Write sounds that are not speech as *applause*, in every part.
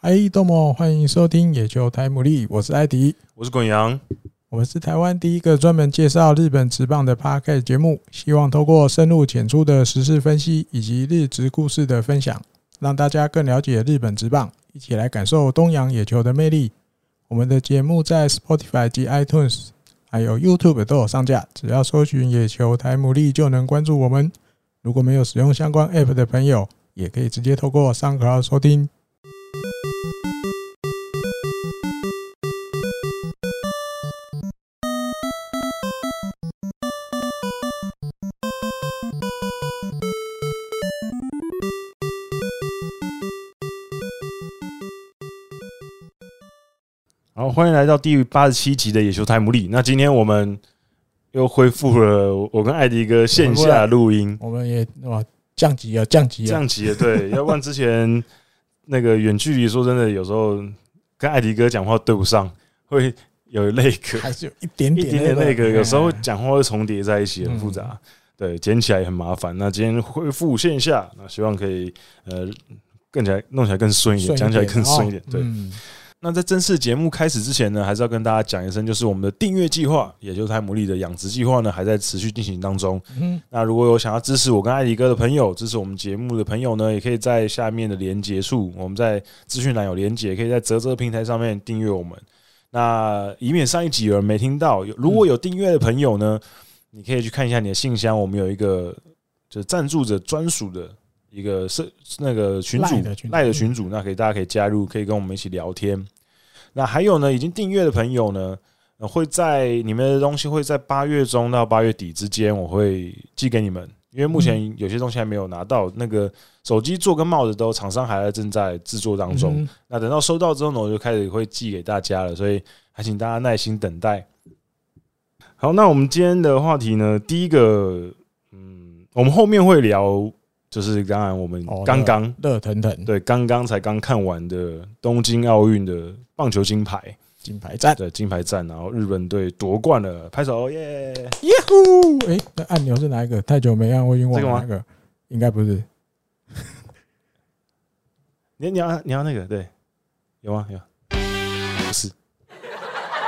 嗨，豆莫，欢迎收听《野球台姆利》，我是艾迪，我是滚羊，我们是台湾第一个专门介绍日本职棒的 p a r k 节目，希望透过深入浅出的时事分析以及日职故事的分享，让大家更了解日本职棒，一起来感受东洋野球的魅力。我们的节目在 Spotify 及 iTunes 还有 YouTube 都有上架，只要搜寻“野球台姆利”就能关注我们。如果没有使用相关 App 的朋友，也可以直接透过上课收听。好，欢迎来到第八十七集的野球台姆利。那今天我们又恢复了我跟艾迪哥线下录音，我们也哇降级了，降级了，降级了，对，要不然之前那个远距离，说真的，有时候跟艾迪哥讲话对不上，会有泪格，还是有一点一点点点那那个，个，有时候哎讲话会重叠在一起，很嗯复杂。对，捡起来也很麻烦。那今天恢复线下，那希望可以呃，更起来弄起来更顺一点，顺讲起来更顺一哦点。对，嗯那在正式节目开始之前呢，还是要跟大家讲一声，就是我们的订阅计划，也就是泰姆利的养殖计划呢，还在持续进行当中。嗯，那如果有想要支持我跟艾迪哥的朋友，支持我们节目的朋友呢，也可以在下面的连接处，我们在资讯栏有连接，可以在泽泽平台上面订阅我们。那以免上一集有人没听到，有如果有订阅的朋友呢，你可以去看一下你的信箱，我们有一个就是赞助者专属的一个社那个群主 Line 的群组赖的群主，那可以大家可以加入，可以跟我们一起聊天。那还有呢，已经订阅的朋友呢，呃会在你们的东西会在八月中到八月底之间，我会寄给你们。因为嗯目前有些东西还没有拿到，那个手机座跟帽子都厂商还在正在制作当中。嗯那等到收到之后呢，我就开始会寄给大家了，所以还请大家耐心等待。好，那我们今天的话题呢，第一个，嗯，我们后面会聊，就是当然我们哦刚刚、热腾腾对刚刚才刚看完的东京奥运的棒球金牌金牌战，哦的金牌战，然后日本队夺冠了，拍手耶！耶呼！哎，那按钮是哪一个？太久没按，我已经忘这个了吗那个，应该不是。你你要你要那个对，有吗？有，不是，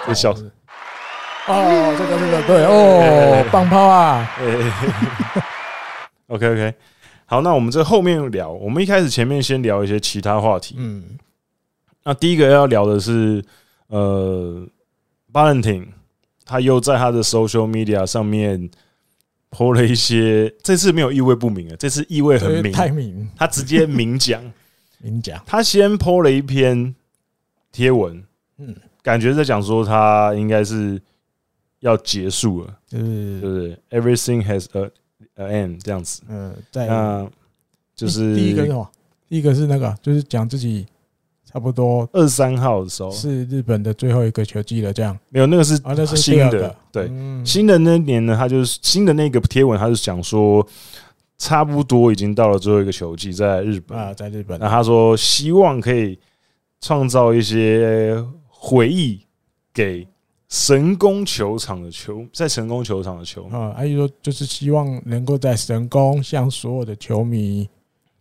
这笑死。嗯哦，这个这个对哎哦，棒炮啊！ OK OK，好，那我们这后面聊，我们一开始前面先聊一些其他话题。嗯，那第一个要聊的是，呃，Valentin，他又在他的 social media 上面泼了一些，这次没有意味不明啊，这次意味很这是，明泰明他直接明讲，明讲，他先泼了一篇贴文，嗯，感觉在讲说他应该是要结束了，就是对不对？Everything has a, a end 这样子。呃，在那就是第一个是什么？第一个是那个，就是讲自己差不多二十三号的时候，是日本的最后一个球季了，这样没有那个是啊，那是新第二的个，，对，嗯新的那年呢，他就是新的那个贴文，他就讲说，差不多已经到了最后一个球季，在日本。啊，在日本那他说希望可以创造一些回忆给神宫球场的球，在神宫球场的球迷，啊，阿姨说就是希望能够在神宫向所有的球迷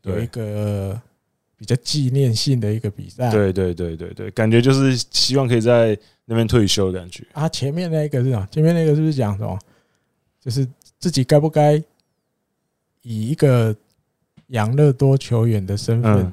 有一对个比较纪念性的一个比赛。，对对对对对，感觉就是希望可以在那边退休的感觉。啊，前面那一个是什么？前面那个是不是讲什么？就是自己该不该以一个养乐多球员的身份嗯，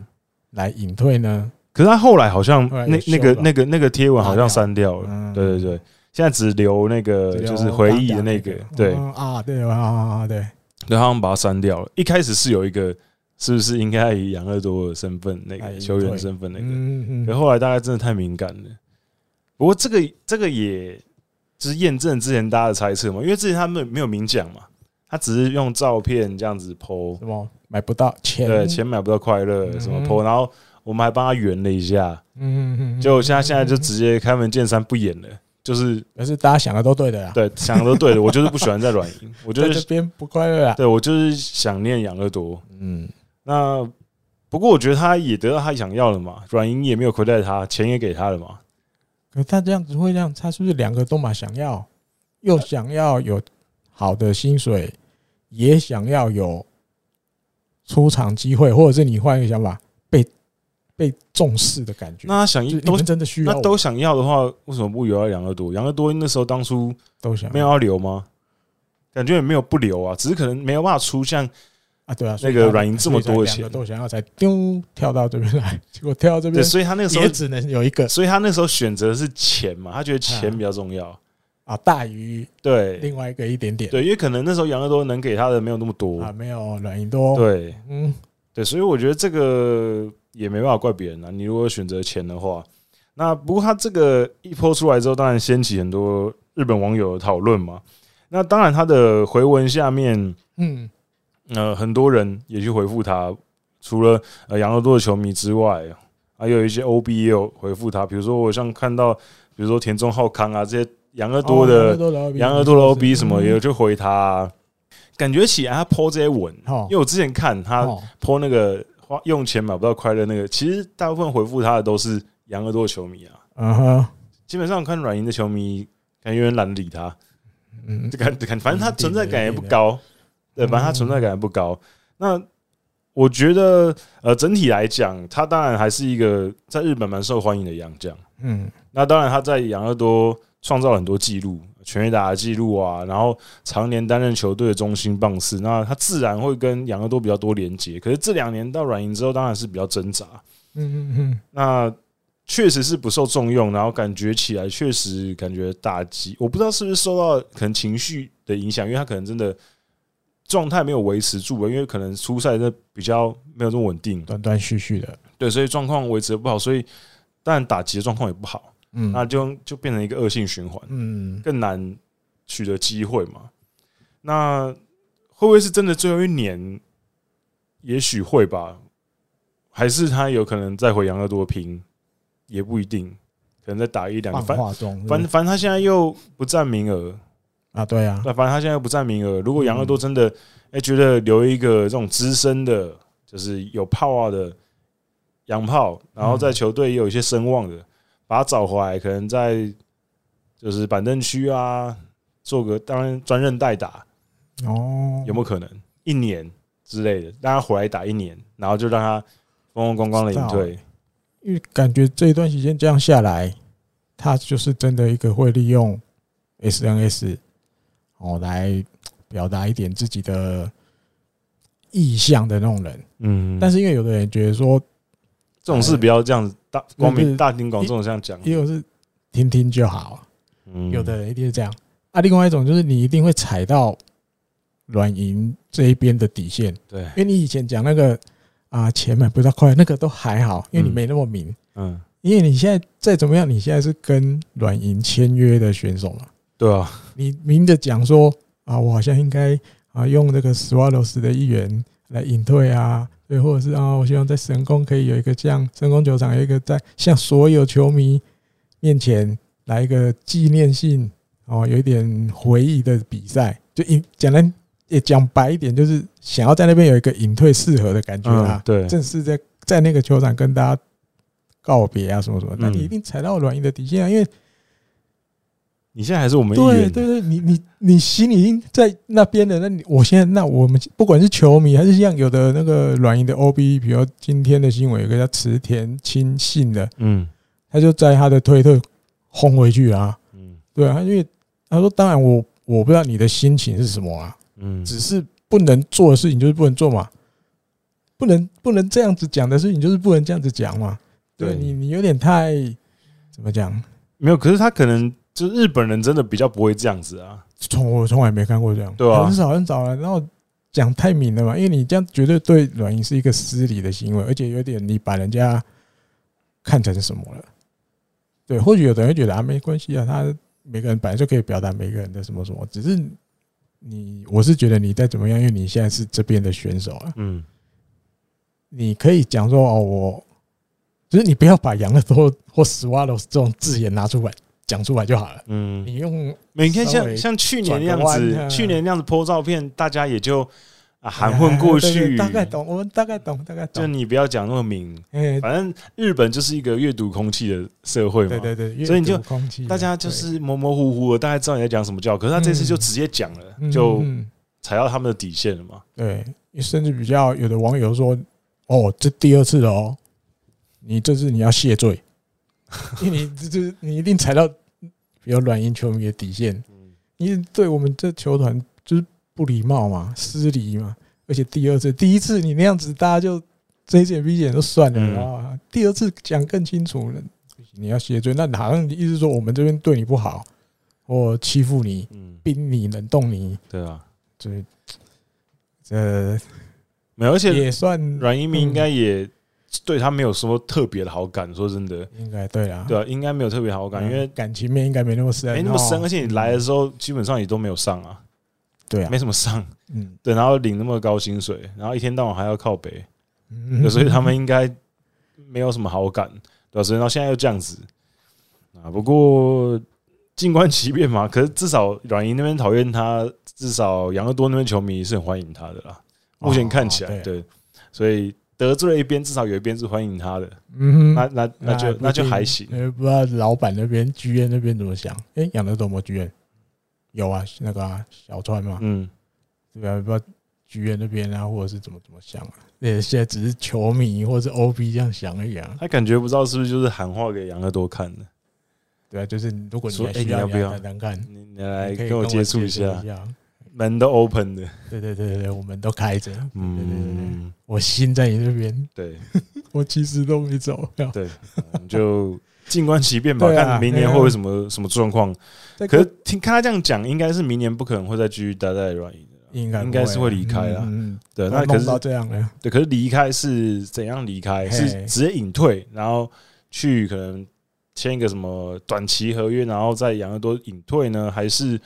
来隐退呢？可是他后来好像后来那有修那个了那个那个贴文好像删掉了，嗯，哦对对对，现在只留那个只有就是回忆的那刚个讲，对，嗯啊，对啊啊啊啊对，对，他们把它删掉了。一开始是有一个，是不是应该以养乐多的身份那哎个球员身份那个？嗯可后来大家真的太敏感了。不过这个这个也就是验证之前大家的猜测嘛，因为之前他们没有明讲嘛，他只是用照片这样子剖，什么买不到钱？对，钱买不到快乐什么嗯剖，然后我们还帮他圆了一下，嗯，嗯嗯嗯，结果现在现在就直接开门见山不演了，就是可是大家想的都对的啦，对想的都对的，我就是不喜欢在软银，我就在这是边不快乐啦。啊对我就是想念养乐多，嗯，那不过我觉得他也得到他想要了嘛，软银也没有亏待他，钱也给他了嘛。可他这样子会让他是不是两个都嘛想要，又想要有好的薪水，也想要有出场机会，或者是你换一个想法，被被重视的感觉。那他想就是你都们真的需要那我，都想要的话，为什么不留要养乐多？养乐多那时候当初都想没有要啊留吗？感觉也没有不留啊，只是可能没有办法出像啊，对啊，那个软银这么多的的钱都想要才丢跳到这边来，结果跳到这对，边所以他那个时候也，只能有一个所以他那时候选择的是钱嘛，他觉得钱比较重要。啊，大于对另外一个一点点对，因为可能那时候养乐多能给他的没有那么多啊，。没有软银多，对嗯，对，所以我觉得这个也没办法怪别人啊。你如果选择钱的话，那不过他这个一抛出来之后，当然掀起很多日本网友的讨论嘛。那当然，他的回文下面。嗯，呃，很多人也去回复他，除了呃养乐多的球迷之外，还有一些 OB 也有回复他，比如说我像看到，比如说田中浩康啊这些哦养乐多的嗯的养乐多的 OB 什么也有去回他啊、感觉起来他 po 这些文，好因为我之前看他 po 那个花用钱买不到快乐那个，其实大部分回复他的都是养乐多的球迷啊，嗯哼，基本上我看软银的球迷感觉有点懒得理他，嗯就，感感，反正他存在感也不嗯高，对，反正他存在感也不高。那我觉得，呃，整体来讲，他当然还是一个在日本蛮受欢迎的洋将。嗯，那当然，他在养乐多创造了很多记录，全垒打的记录啊，然后常年担任球队的中心棒次，那他自然会跟养乐多比较多连接。可是这两年到软银之后，当然是比较挣扎。嗯嗯嗯，那确实是不受重用，然后感觉起来确实感觉打击，我不知道是不是受到可能情绪的影响，因为他可能真的状态没有维持住，因为可能初赛的比较没有这么稳定，断断续续的，对，所以状况维持的不好，所以当然打击的状况也不好，嗯，那就就变成一个恶性循环，嗯，更难取得机会嘛。那会不会是真的最后一年？也许会吧，还是他有可能再回养乐多拼，也不一定，可能再打一两个。放反化中，反反正他现在又不占名额，啊，对啊， *laughs* 那反正他现在又不占名额。如果养乐嗯多真的哎、觉得留一个这种资深的，就是有炮啊的洋炮，然后嗯在球队也有一些声望的，把他找回来，可能在就是板凳区啊做个当然专任代打，哦，有没有可能一年之类的，让他回来打一年，然后就让他风风光光的隐退？啊因为感觉这一段时间这样下来，他就是真的一个会利用 SNS 哦来表达一点自己的意向的那种人。嗯，但是是因为有的人觉得说，这种事不要这样子大光就明是大庭广众这样讲，也有是听听就好，嗯有的人一定是这样。啊，另外一种就是你一定会踩到软银这一边的底线，对，因为你以前讲那个啊钱买不到快，那个都还好，因为你嗯没那么明。嗯，因为你现在再怎么样，你现在是跟软银签约的选手嘛，对啊，你明着讲说啊，我好像应该啊用这个 Swallows 的一员来隐退啊，对，或者是啊，我希望在神宫可以有一个像神宫球场有一个在向所有球迷面前来一个纪念性哦，有一点回忆的比赛，就隐讲来也讲白一点，就是想要在那边有一个隐退适合的感觉啊，嗯，对，正式在在那个球场跟大家告别啊，什么什么，那嗯你一定踩到软硬的底线啊，因为你现在还是我们一对员，对对，你你你心已经在那边了，那你我现在那我们不管是球迷还是像有的那个软硬的 OB，比如今天的新闻有个叫池田清信的，嗯他就在他的推特轰回去啊，嗯对啊，因为他说当然我我不知道你的心情是什么啊，嗯，只是不能做的事情就是不能做嘛，不能不能这样子讲的事情就是不能这样子讲嘛。对你，你有点太怎么讲？没有，可是他可能就日本人真的比较不会这样子啊，从我从来没看过这样，对啊很少很少了。然后讲太明了嘛，因为你这样绝对对软银是一个失礼的行为，而且有点你把人家看成什么了。对，或许有的人会觉得啊，没关系啊，他每个人本来就可以表达每个人的什么什么，只是你，我是觉得你再怎么样，因为你现在是这边的选手啊，嗯，你可以讲说哦，我就是你不要把养乐多或 swallows 这种字眼拿出来讲出来就好了。嗯，你用没你看稍微像像去年那样转个弯子，啊去年那样子 po 照片，大家也就啊含混过哎 *laughs* 对对去，大概懂，我们大概懂，大概就懂。你不要讲那么明，哎，反正日本就是一个阅读空气的社会嘛对，对对，所以你就阅读空气嘛，大家就是模模糊糊的，大概知道你在讲什么教，可是他这次就直接讲了，对就嗯踩到他们的底线了嘛。对，甚至比较有的网友说，哦，这第二次了哦，你这次你要谢罪， *laughs* 因为你这这你一定踩到比较软银球迷的底线，你对我们这球团就是不礼貌嘛，失礼嘛。而且第二次，第一次你那样子，大家就睁一只眼闭一只眼就算了嗯啊。第二次讲更清楚了，你要谢罪，那好像意思说我们这边对你不好，我欺负你、嗯，冰你、冷冻你，对啊，就是呃没有，而且也嗯算阮一鸣应该也对他没有什么特别的好感，说真的，应该对啦， *laughs* 对啊，应该没有特别好感，因为感情面应该没那么深，没那么深，嗯哦而且你来的时候基本上也都没有上啊，对啊，没什么上，嗯对，然后领那么高薪水，然后一天到晚还要靠北，嗯所以他们应该没有什么好感，对吧、所以到现在又这样子啊，不过静观其变嘛。可是至少软银那边讨厌他，至少杨乐多那边球迷是很欢迎他的啦。目前看起来，哦对对，所以得罪了一边，至少有一边是欢迎他的，嗯那哼，那那就那就还行。呃，不知道老板那边剧院那边怎么想？哎，养乐多有没有剧院？有啊，那个啊小川嘛，嗯，对啊，不知道剧院那边啊，或者是怎么怎么想啊？也现在只是球迷或者是 OB 这样想而已啊， *laughs* 他感觉不知道是不是就是喊话给杨乐多看的，对啊，就是如果你说还诶需你要不你要谈谈看，你你来你可以跟我接触一一啊下，门都 open 的，对对对对对，我们都开着，对对对对，嗯，我心在你那边，对。我其实都没走。对， *laughs* 嗯就静观其变吧，对啊看明年会有什么什么状况。但可是听看他这样讲，应该是明年不可能会再继续待在软银的。应该应该是不会离开啦嗯，嗯对，嗯那都可弄到是这样了，对，可是离开是怎样离开？嘿是直接隐退，然后去可能签一个什么短期合约，然后在养乐多隐退呢？还是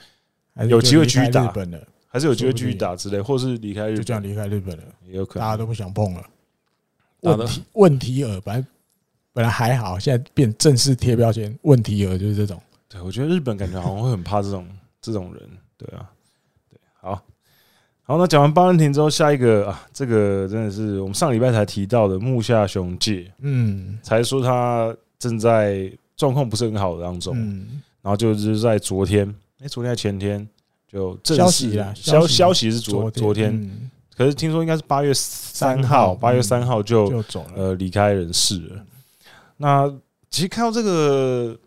还是有机会就离继续开打日本了，还是有机会说不继定续打之类，或是离开日就这样本离开日本了，也有可大家能。都不想碰了。啊大家都问题问题耳，本来本来还好，现在变正式贴标签，问题耳就是这种。对，我觉得日本感觉好像会很怕这种这种人，对啊，对，好，好，那讲完巴伦廷之后，下一个啊，这个真的是我们上礼拜才提到的木下雄介，嗯才说他正在状况不是很好的当中，嗯，然后就是在昨天，哎、昨天还前天就正式消息啦消消息消息是昨昨天，嗯可是听说应该是八月三号，号嗯八月三号就就走了。呃离开人世了。那其实看到这个，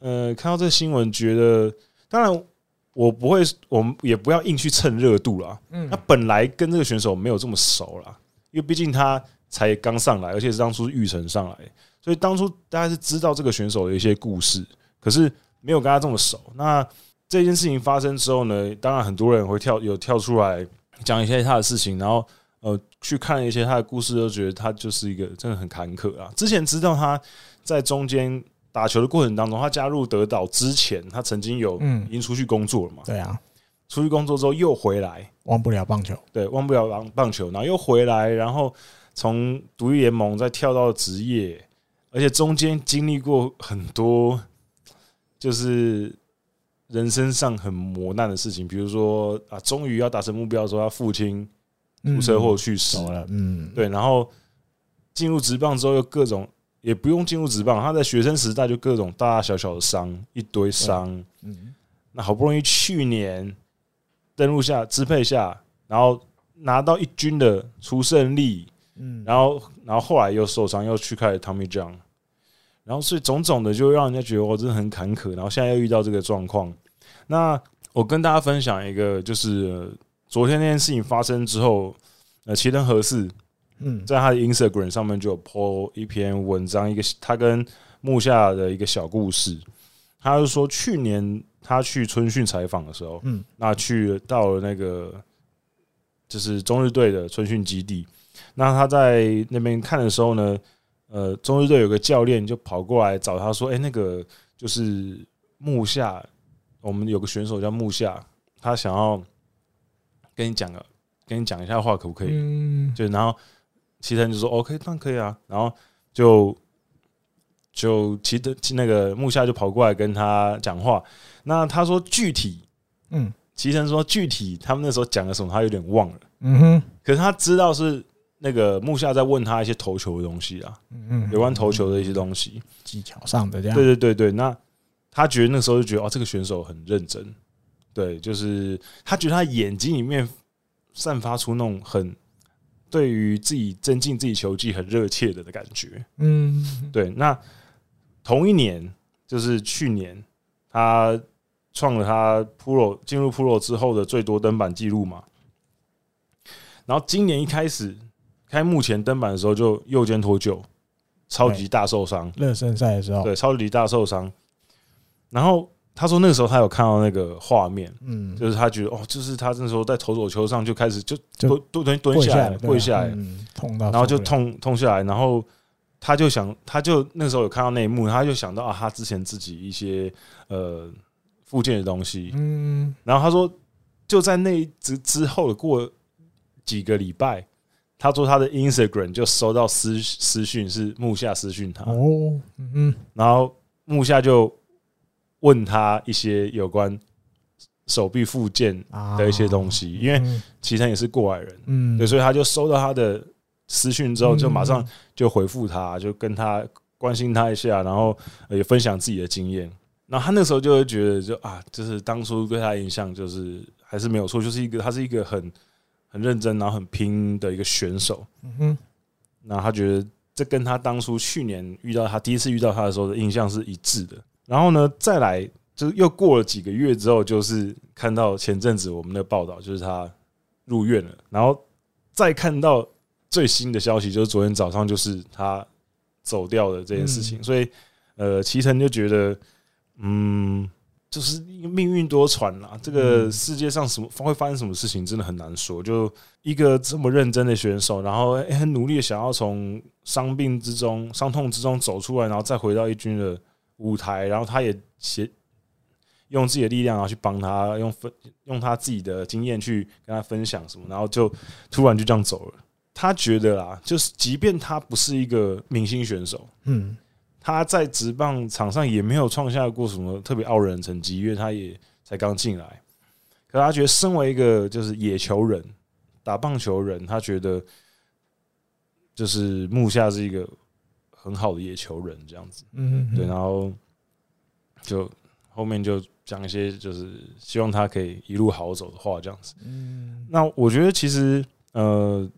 呃，看到这个新闻，觉得当然我不会，我们也不要硬去蹭热度啦。嗯那本来跟这个选手没有这么熟啦，因为毕竟他才刚上来，而且是当初玉成上来，所以当初大家是知道这个选手的一些故事，可是没有跟他这么熟。那这件事情发生之后呢，当然很多人会跳有跳出来讲一些他的事情，然后呃去看一些他的故事，都觉得他就是一个真的很坎坷啊。之前知道他在中间打球的过程当中，他加入德岛之前，他曾经有嗯已，经出去工作了嘛，对啊，出去工作之后又回来，忘不了棒球。对，忘不了棒棒球，然后又回来，然后从独立联盟再跳到职业，而且中间经历过很多，就是人生上很磨难的事情，比如说啊，终于要达成目标的时候，他父亲出嗯车祸去世，走了，嗯，对，然后进入职棒之后又各种，也不用进入职棒，他在学生时代就各种大大小小的伤，一堆伤，嗯，那好不容易去年登陆下支配下，然后拿到一军的出胜利，嗯然后然后后来又受伤，又去开了 Tommy John，然后所以种种的就让人家觉得哦我真的很坎坷，然后现在又遇到这个状况。那我跟大家分享一个，就是、呃昨天那件事情发生之后，呃，齐藤和四嗯，在他的 Instagram 上面就有 po 一篇文章，一个他跟木下的一个小故事。他就说，去年他去春训采访的时候，嗯那去到了那个就是中日队的春训基地，那他在那边看的时候呢，呃，中日队有个教练就跑过来找他说：“哎、那个就是木下，我们有个选手叫木下，他想要跟你讲个，跟你讲一下话，可不可以？”嗯，就然后齐藤就说 OK，那可以啊，然后就就齐藤那个木下就跑过来跟他讲话，那他说具体，嗯齐藤说具体他们那时候讲了什么，他有点忘了，嗯哼，可是他知道是那个木下在问他一些投球的东西啊，嗯嗯，有关投球的一些东西，技巧上的这样对，对对对，那他觉得那时候就觉得哦，这个选手很认真，对，就是他觉得他眼睛里面散发出那种很对于自己增进自己球技很热切的的感觉。嗯，对，那同一年就是去年，他创了他 Pro 进入 Pro 之后的最多登板记录嘛。然后今年一开始开幕前登板的时候，就右肩脱臼，超级大受伤，热身赛的时候，对，超级大受伤。然后他说那个时候他有看到那个画面，嗯，就是他觉得哦，就是他那时候在投手球上就开始就就蹲蹲蹲蹲跪下下来，跪下来来，，嗯痛到受不了，然后就痛痛下来，然后他就想，他就那时候有看到那一幕，他就想到啊，他之前自己一些呃附件的东西，嗯，然后他说就在那一之之后的过几个礼拜，他说他的 Instagram 就收到私私讯是木下私讯他，哦，嗯嗯，然后木下就问他一些有关手臂附件啊的一些东，西，因为嗯齐藤也是过来人，嗯，对，所以他就收到他的私讯之后，就马上嗯就回复他，就跟他关心他一下，然后呃也分享自己的经验。然后他那时候就会觉得就，啊，就是当初对他的印象就是还是没有错，就是一个他是一个很很认真，然后很拼的一个选手。嗯哼，然后他觉得这跟他当初去年遇到他第一次遇到他的时候的印象是一致的。然后呢，再来就是又过了几个月之后，就是看到前阵子我们的报道，就是他入院了，然后再看到最新的消息，就是昨天早上就是他走掉的这件事情。嗯所以，呃，齐藤就觉得，嗯。就是命运多舛啦，这个嗯世界上什么会发生什么事情真的很难说。就一个这么认真的选手，然后诶很努力的想要从伤病之中、伤痛之中走出来，然后再回到一军的舞台，然后他也协用自己的力量，啊然后去帮他用分用他自己的经验去跟他分享什么，然后就突然就这样走了。他觉得啦，就是即便他不是一个明星选手，嗯他在职棒场上也没有创下过什么特别傲人的成绩，因为他也才刚进来。可他觉得身为一个就是野球人、打棒球人，他觉得就是木下是一个很好的野球人这样子。嗯，对，然后就后面就讲一些就是希望他可以一路好走的话这样子。嗯那我觉得其实呃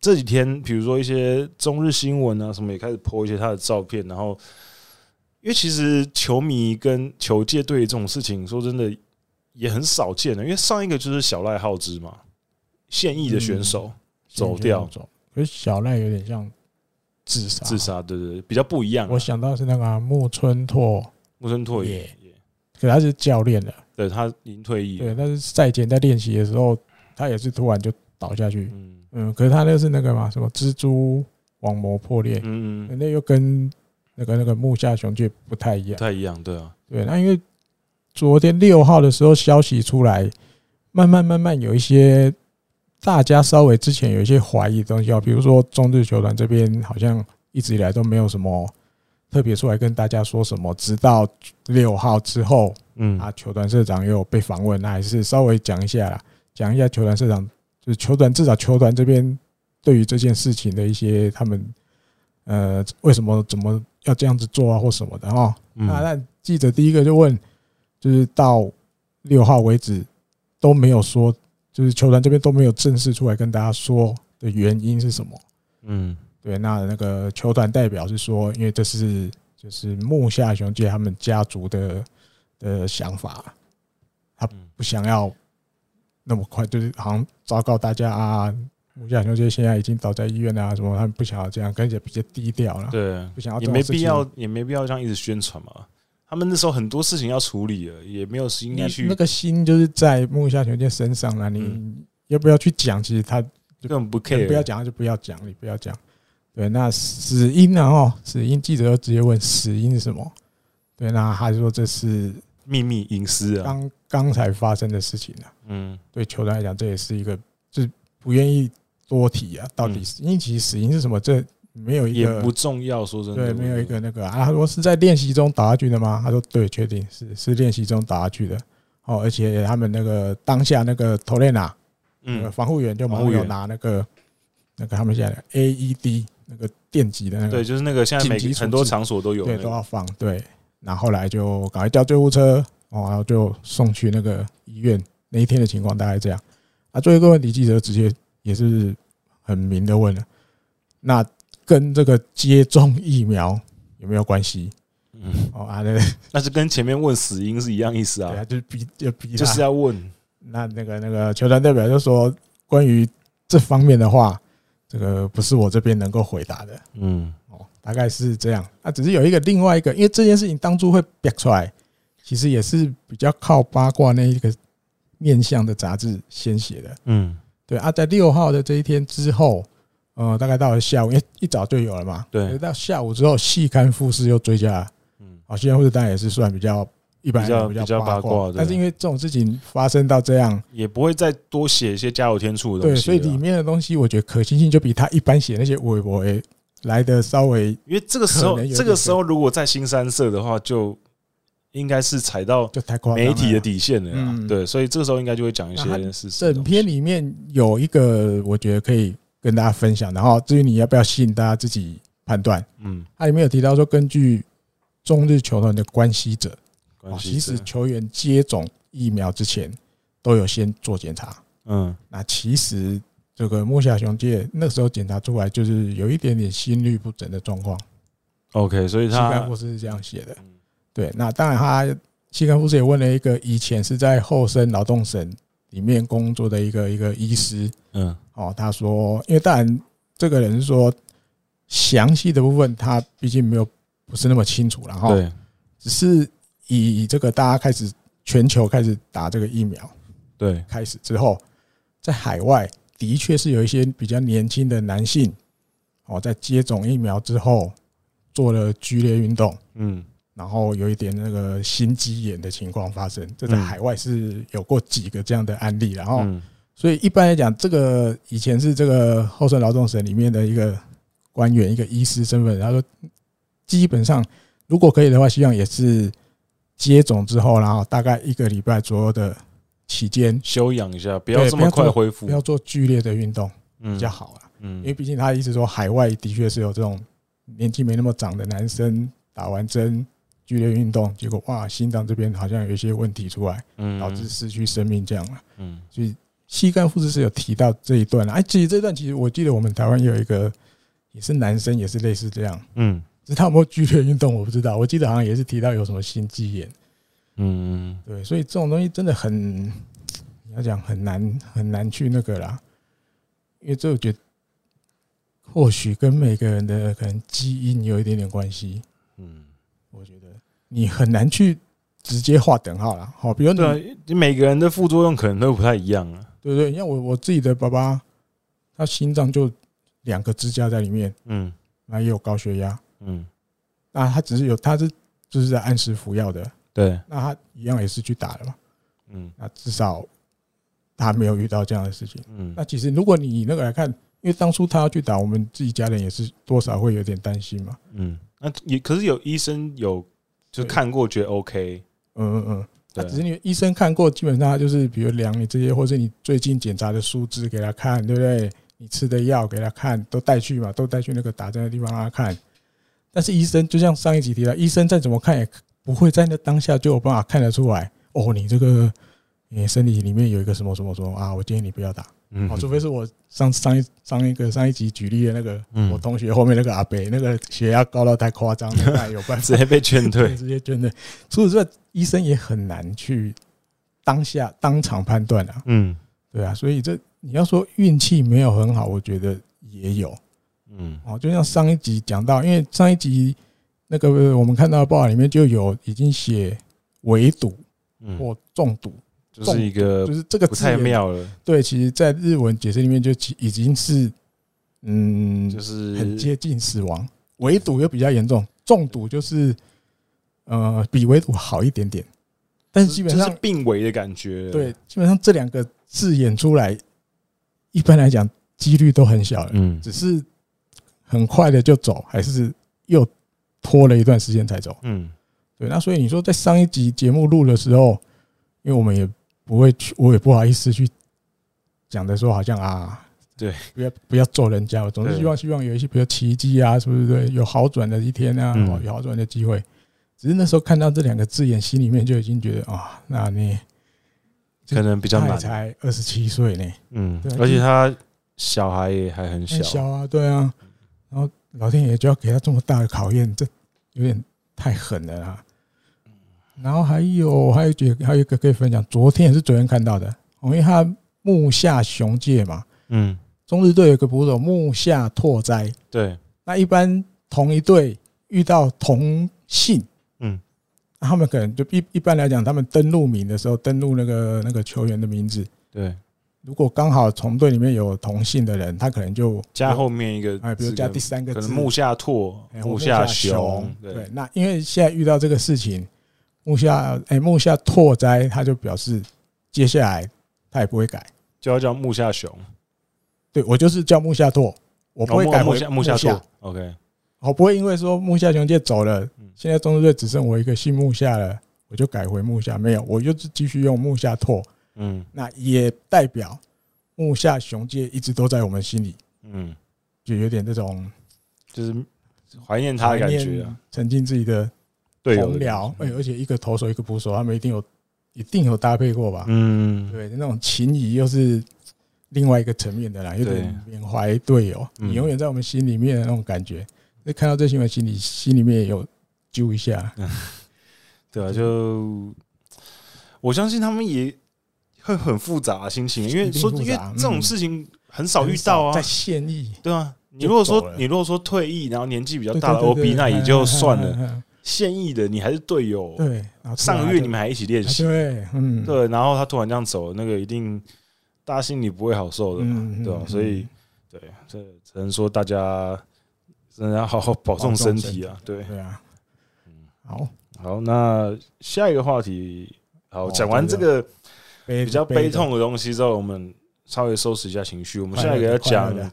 这几天，比如说一些中日新闻啊什么，也开始播一些他的照片，然后因为其实球迷跟球界对于这种事情，说真的也很少见的，因为上一个就是小赖浩之嘛，现役的选嗯手走掉走，可是小赖有点像自杀，自。杀，对对对，比较不一样啊。嗯我想到是那个啊木村拓，木村拓也也，可他是教练的，对他已经退役了，对，但是赛前在练习的时候，他也是突然就倒下去，嗯嗯，可是他那是那个嘛，什么蜘蛛网膜破裂，嗯，嗯那又跟那个那个木下雄介不太一不样，太一样，对啊，对，那因为昨天六号的时候消息出来，慢慢慢慢有一些大家稍微之前有一些怀疑的东西哦，比如说中日球团这边好像一直以来都没有什么特别出来跟大家说什么，直到六号之后嗯啊，球团社长又有被访问，那还是稍微讲一下啦，讲一下球团社长，就是球团至少球团这边对于这件事情的一些他们呃为什么怎么要这样子做啊或什么的哈、嗯啊那那记者第一个就问，就是到六号为止都没有说，就是球团这边都没有正式出来跟大家说的原因是什么？嗯对，那那个球团代表是说，因为这是就是木下雄介他们家族的的想法，他嗯不想要那么快，就是好像昭告大家啊，木下雄介现在已经倒在医院啊，什么他们不想要这样，跟且比较低调了，对，不啊想要这也种没事必情要，也没必要这样一直宣传嘛。他们那时候很多事情要处理了，也没有心力那去，那个心就是在木下雄介身上了，你嗯要不要去讲？其实他根本不可能 care。不要讲，他就不要讲，你不要讲。对，那死因呢？哦，死因记者就直接问死因是什么？对，那他就说这是秘密隐私啊，刚刚才发生的事情啊。嗯对球团来讲，这也是一个就是不愿意多提啊，到底嗯是因为其实死因是什么，这没有一也个不重要。说真的，对，我没有觉一得个那个啊，他说是在练习中打下去的吗？他说对，确定是是练习中打下去的。哦，而且他们那个当下那个头链啊，那个嗯，防护员就马防上护员有拿那个那个他们现在的 AED 那个电击的那对，个，就是那个现在每紧急个处置很多场所都有那对，都个，要放对。然后后来就赶快叫救护车，哦，然后就送去那个医院。那一天的情况大概这样。啊，最后一个问题，记者直接也是很明的问了，那跟这个接种疫苗有没有关系？嗯，哦啊，那个那就跟前面问死因是一样意思对啊，啊啊，就是逼就逼他就是要问，那那个那个球团代表就说，关于这方面的话，这个不是我这边能够回答的嗯，哦，大概是这样。那、只是有一个另外一个，因为这件事情当初会憋出来，其实也是比较靠八卦那一个面向的杂志先写的。嗯，对啊，在六号的这一天之后，呃，大概到了下午，因为一早就有了嘛。对可是到下午之后，细看复试又追啊加了。嗯，好，现在复试当然也是算比较一般比较人比较较八卦卦对，但是因为这种事情发生到这样，也不会再多写一些加油添醋的对，东西所了以啊。里面的东西，我觉得可信性就比他一般写那些微博诶来的稍微因为这个时候可能有，一点这个时候如果在新三社的话，就应该是踩到就太夸张了。媒体的底线了啦。嗯对，所以这个时候应该就会讲一那他些事情。整篇里面有一个，我觉得可以跟大家分享。然后至于你要不要信，大家自己判断。嗯，它里面有提到说，根据中日球团的关系者，关哦系其是实球员接种疫苗之前都有先做检查。嗯那其实这个木下雄介那时候检查出来就是有一点点心律不整的状况， ，OK，所以西干他护士是这样写的。嗯对，那当然他西干护士也问了一个以前是在厚生劳动省里面工作的一个一个医师嗯哦，他说，因为当然这个人说详细的部分他毕竟没有不是那么清楚了哈，对，只是以这个大家开始全球开始打这个疫苗对，开始之后，在海外的确是有一些比较年轻的男性哦，在接种疫苗之后做了剧烈运动。嗯然后有一点那个心肌炎的情况发生，这在嗯海外是有过几个这样的案例，然后嗯所以一般来讲，这个以前是这个厚生劳动省里面的一个官员，一个医师身份，他说基本上如果可以的话，希望也是接种之后，然后大概一个礼拜左右的期间，休养一下，不对要这不么要快这么恢复不，要做剧烈的运动嗯比较好啊，因为嗯毕竟他一直说海外的确是有这种年纪没那么长的男生打完针剧烈运动，结果哇，心脏这边好像有一些问题出来，嗯，导致失去生命这样啊。嗯所以膝盖复制是有提到这一段啦哎，其实这段其实我记得我们台湾也有一个也是男生也是类似这样，嗯只是他有没有剧烈运动我不知道，我记得好像也是提到有什么心肌炎，嗯嗯对，所以这种东西真的很你要讲很难很难去那个啦，因为这我觉得或许跟每个人的可能基因有一点点关系，嗯，我觉得你很难去直接划等号啦。好，比如你对啊，你每个人的副作用可能都不太一样啊。对对，你看我我自己的爸爸，他心脏就两个支架在里面，嗯那也有高血压，嗯，那他只是有他是就是在按时服药的，对，那他一样也是去打了嘛，嗯那至少他没有遇到这样的事情。嗯那其实如果你以那个来看，因为当初他要去打，我们自己家人也是多少会有点担心嘛，嗯，那也可是有医生有就对看过觉得 OK，嗯嗯嗯。那对只是你医生看过，基本上他就是比如量你这些，或是你最近检查的数字给他看，对不对？你吃的药给他看，都带去嘛，都带去那个打针的地方让他看。但是医生就像上一集提到，医生再怎么看也不会在那当下就有办法看得出来。哦，你这个你身体里面有一个什么什么什么啊，我建议你不要打。嗯哦，除非是我上上一上一个上一集举例的那个嗯我同学后面那个阿伯，那个血压高到太夸张了，那有办法 *laughs* 直接被 *laughs* 劝退。直接捐的。除此之外，医生也很难去当下当场判断啊，嗯对啊，所以这你要说运气没有很好，我觉得也有嗯哦。就像上一集讲到，因为上一集那个呃我们看到的报道里面就有已经写围堵嗯，或中毒，就是一个就是这个不字太眼。妙了，对，其实，在日文解释里面就其已经是嗯就是很接近死亡，围堵又比较严重，中毒就是呃比围堵好一点点，但是基本就上是病危的感觉。对，，基本上这两个字演出来，一般来讲几率都很小了，嗯只是很快的就走，还是又拖了一段时间才走。嗯对，那所以你说在上一集节目录的时候，因为我们也不会去，我也不好意思去讲的说好像啊，对，不要不要揍人家，我总是对希望希望有一些比如奇迹啊，是不是对？有好转的一天啊，嗯哦有好转的机会。只是那时候看到这两个字眼，心里面就已经觉得啊，那你可能比较他也难。才二十七岁呢，嗯对，而且他小孩也还很很小，小啊，对啊，然后老天爷就要给他这么大的考验，这有点太狠了啦。然后还有还有几还有一个可以分享，昨天也是昨天看到的，哦因为他木下雄介嘛，嗯，中日队有一个捕手木下拓哉，对，那一般同一队遇到同姓，嗯，他们可能就一一般来讲，他们登录名的时候登录那个那个球员的名字，对，如果刚好同队里面有同姓的人，他可能就加后面一个字，哎，比如加第三个可字，能木下拓、哎或木木下雄雄，，对对，，那因为现在遇到这个事情，木下哎木下拓哉他就表示，接下来他也不会改，就要叫木下雄，对我就是叫木下拓，我不会哦改木回下木下下拓，OK，我不会因为说木下雄介走了嗯，现在中日队只剩我一个姓木下了，我就改回木下，没有，我就是继续用木下拓，嗯那也代表木下雄介一直都在我们心里，嗯，就有点这种就是怀念他的感觉啊，，沉浸自己的队友同的僚，感哎觉，而且一个投手一个捕手，他们一定有一定有搭配过吧？嗯，对，那种情谊又是另外一个层面的啦，有点缅怀队友，嗯你永远在我们心里面的那种感觉。那看到这新闻，心里心里面也有揪一下，嗯对啊，就我相信他们也会很复杂的心情，因为一定说复因为杂这种嗯事情很少遇到啊在，现役对啊。你就如果走说了你如果说退役，然后年纪比较对大的对对 OB，对那也就算嗯了。嗯现役的你还是队友，嗯对，然后突然上个他月就你们还一起练啊习，对，嗯，对，然后他突然这样走，那个一定大家心里不会好受的嘛，嗯，嗯对吧、嗯所以对，这只能说大家真的要好好保重身体啊。对，对啊嗯，好，好，那下一个话题，好，哦讲完这这个比比较悲，痛的东西之后，我们稍微收拾一下情绪。我们下一个要快讲乐的，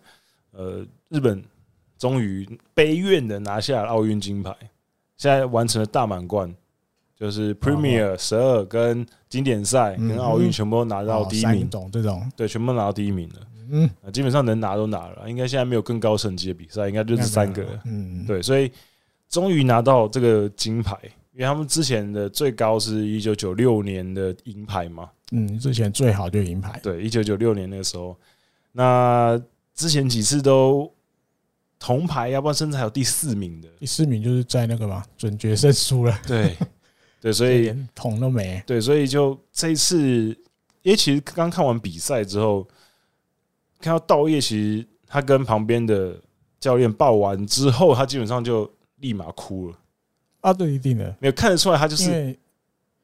呃，日本终于悲愿的拿下了奥运金牌，现在完成了大满贯，就是 Premier 十二跟经典赛啊嗯跟奥运全部都拿到哦第一三名，种这种，对，全部都拿到第一名了。嗯，啊基本上能拿都拿了，应该现在没有更高成绩的比赛，应该就是三个了。嗯，对，所以终于拿到这个金牌，因为他们之前的最高是一九九六年的银牌嘛，嗯，之前最好就银牌，对，一九九六年那个时候，那之前几次都铜牌，要不然甚至还有第四名的，第四名就是在那个嘛准决胜输了，对，对，所以连桶都没，对，所以就这一次，因为其实刚看完比赛之后，看到道叶，其实他跟旁边的教练抱完之后，他基本上就立马哭了，啊，对，一定的，没有看得出来他就因是为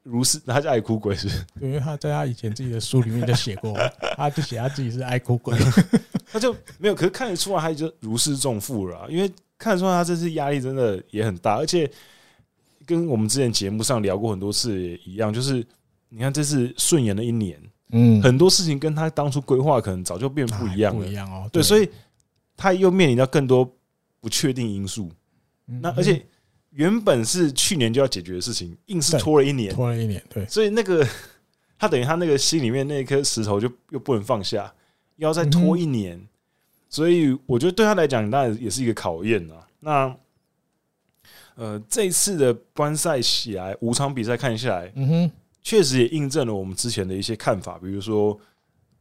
如是，他是爱哭鬼是不是， *laughs* 对因为他在他以前自己的书里面就写过，他就写他自己是爱哭鬼，他就没有，可是看得出来他就如释重负了啊、因为看得出来他这次压力真的也很大，而且跟我们之前节目上聊过很多次也一样，就是你看这次顺延了一年，嗯，很多事情跟他当初规划可能早就变不一样啊了不一，样哦，对，所以他又面临到更多不确定因素。嗯那而且原本是去年就要解决的事情，硬是对拖了一年，拖了一年，对，所以那个 *laughs* 他等于他那个心里面那颗石头就又不能放下，又要再拖一年。嗯所以我觉得对他来讲，那也是一个考验啊。那呃，这一次的观赛起来，五场比赛看下来，嗯哼，确实也印证了我们之前的一些看法，比如说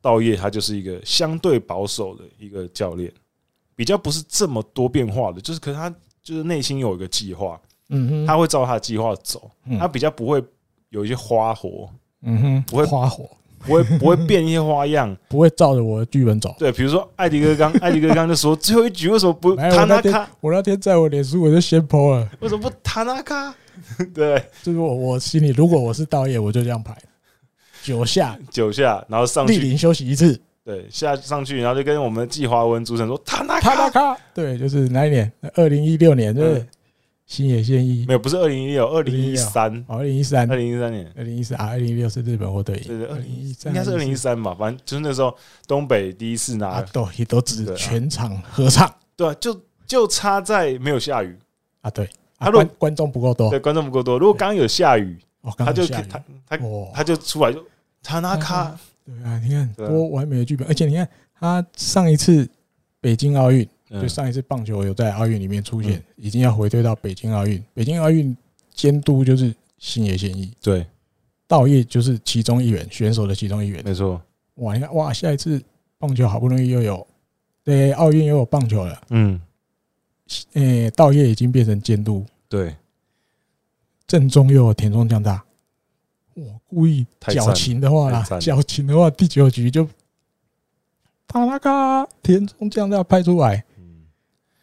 道业他就是一个相对保守的一个教练，比较不是这么多变化的，就是可是他就是内心有一个计划，嗯哼，他会照他的计划走，嗯他比较不会有一些花活，嗯哼，不会花火，不会 *laughs* 不会变一些花样。不会照着我的剧本走。对，比如说艾迪哥 *laughs* 刚，艾迪哥刚就说最后一局为什么不没有塔我纳那天卡？我那天在我脸书我就先 po 了，为什么不塔纳卡？对，就是我我心里如果我是导演，我就这样排，九下九下，然后上立去，领休息一次，对，下上去，然后就跟我们的季华文主持人说塔纳咔咔卡，咔，对，就是哪一年？二零一六年，对不对嗯？新野宪一哦没，有，不是二零一六，二零一三，二零一三 *laughs* 二，零一三年，二零一四啊，二零一六是日本或对对对，二零一2013应该是二零一三吧，反正就是那时候东北第一次啊，拿，都也都只对啊全场合唱对啊，就就差在没有下雨，啊，对，他啊如果观观众不够多对，，观众不够多。如果刚刚有下雨，哦，刚他好就下雨他他哇，他就出来就塔纳卡，对啊，你看对啊多完美的剧本，而且你看他上一次北京奥运，就嗯上一次棒球有在奥运里面出现嗯，已经要回推到北京奥运，北京奥运监督就是星野宪一，对，道业就是其中一员，选手的其中一员，没错，哇，你看哇，下一次棒球好不容易又有对，奥运也有棒球了，嗯，诶、稻叶已经变成监督，对，正中又有田中将大。我故意太赞矫情的话太啦，赞矫情的话，第九局就塔拉卡田中将大派出来，嗯，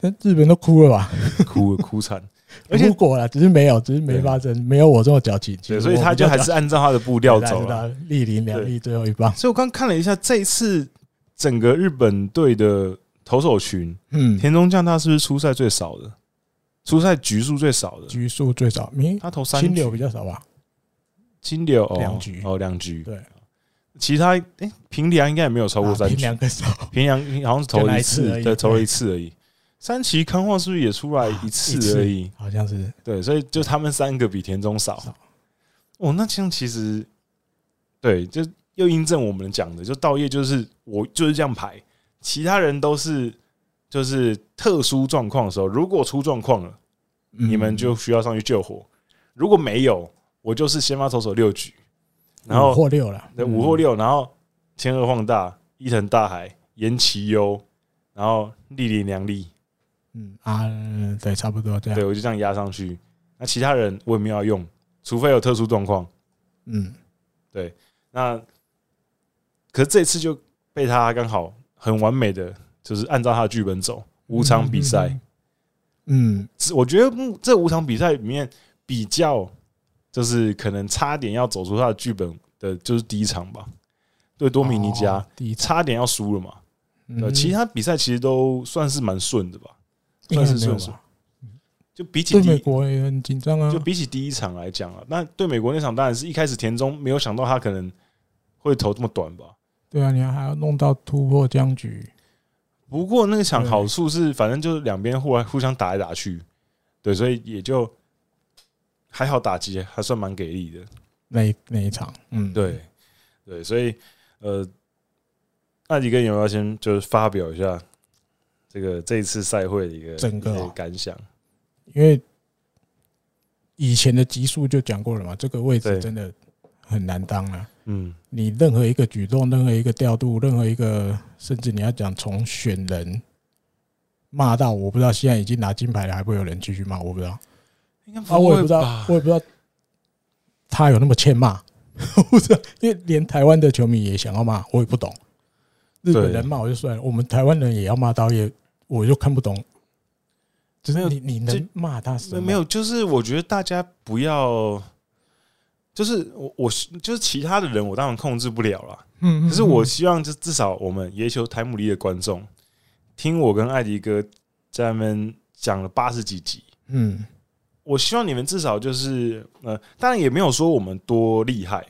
那日本都哭了吧？哭哭惨，而且如果啦，只是没有，只是没对发生，没有我这么矫情。其对，实所以我他比就较还矫是按照他的步调走对了。他是他立零两立最后一棒，所以我刚看了一下，这一次整个日本队的投手群，嗯，田中将大是不是出赛最少的？出赛局数最少的，局数最少，明他投三清流局比较少吧？金流哦两局哦两局，对，其他诶平良应该也没有超过三啊平局，两个手，平良好像是投就了那一一次而次，已对，投了对啊一次而已。三崎康晃是不是也出来一一次次而已？好像是对，所以就他们三个比田中少少。哦，那这样其实对，就又印证我们讲的，就道业就是我就是这样排，其他人都是就是特殊状况的时候，如果出状况了，嗯你们就需要上去救火；如果没有，我就是先发投手六局，然五后或六了，对嗯五或，六，然后天鹅晃大、伊藤大海、岩崎优，然后立林良利，嗯啊，嗯对，差不多这样对，我就这样压上去。那其他人我也没有要用，除非有特殊状况。嗯，那可是这次就被他刚好很完美的，就是按照他的剧本走五场比赛。嗯，嗯，是我觉得嗯这五场比赛里面比较，就是可能差点要走出他的剧本的，就是第一场吧，对多米尼加、哦第一场，差点要输了嘛。对，嗯其他比赛其实都算是蛮顺的吧，应该算是没有顺手吧？就比起对第美一国也很紧张啊就，比起第一场来讲啊，那对美国那场当然是一开始田中没有想到他可能会投这么短吧，对啊，你还要弄到突破僵局，不过那个场对好处是，反正就是两边互来互相打来打去，对，所以也就还好，打击还算蛮给力的。那一那一场，嗯，， *laughs* 对，对，所以呃，艾迪哥有没有先就是发表一下这个这一次赛会的一个整个啊一些感想？因为以前的集数就讲过了嘛，这个位对置真的很难当啊。嗯你任何一个举动、任何一个调度、任何一个，甚至你要讲从选人骂到，我不知道现在已经拿金牌了，还会有人继续骂，我不知道应该不啊，我也会不知道吧，我？也不知道他有那么欠骂， *laughs* 我不知道，因为连台湾的球迷也想要骂，我也不懂。日本人骂我就算了，我们台湾人也要骂到也，我就看不懂。只没有是你你这能骂他什没么？没有，就是我觉得大家不要，就是我我是就是其他的人，我当然控制不了啦。嗯，嗯，可可是我希望，就至少我们野球台姆里的观众，听我跟艾迪哥在那边讲了八十几集，嗯我希望你们至少就是呃，当然也没有说我们多厉害，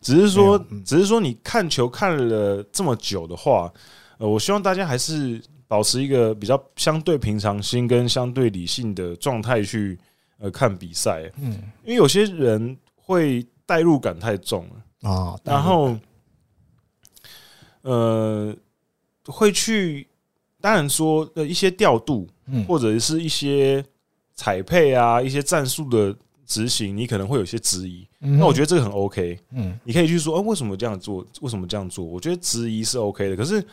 只是说没有，嗯只是说你看球看了这么久的话，呃，我希望大家还是保持一个比较相对平常心跟相对理性的状态去呃看比赛，嗯因为有些人会代入感太重了。啊，然后，呃，会去，当然说呃一些调度嗯或者是一些彩配啊，一些战术的执行，你可能会有一些质疑。那那我觉得这个很 OK，嗯你可以去说，哦、为什么这样做？为什么这样做？我觉得质疑是 OK 的。可是，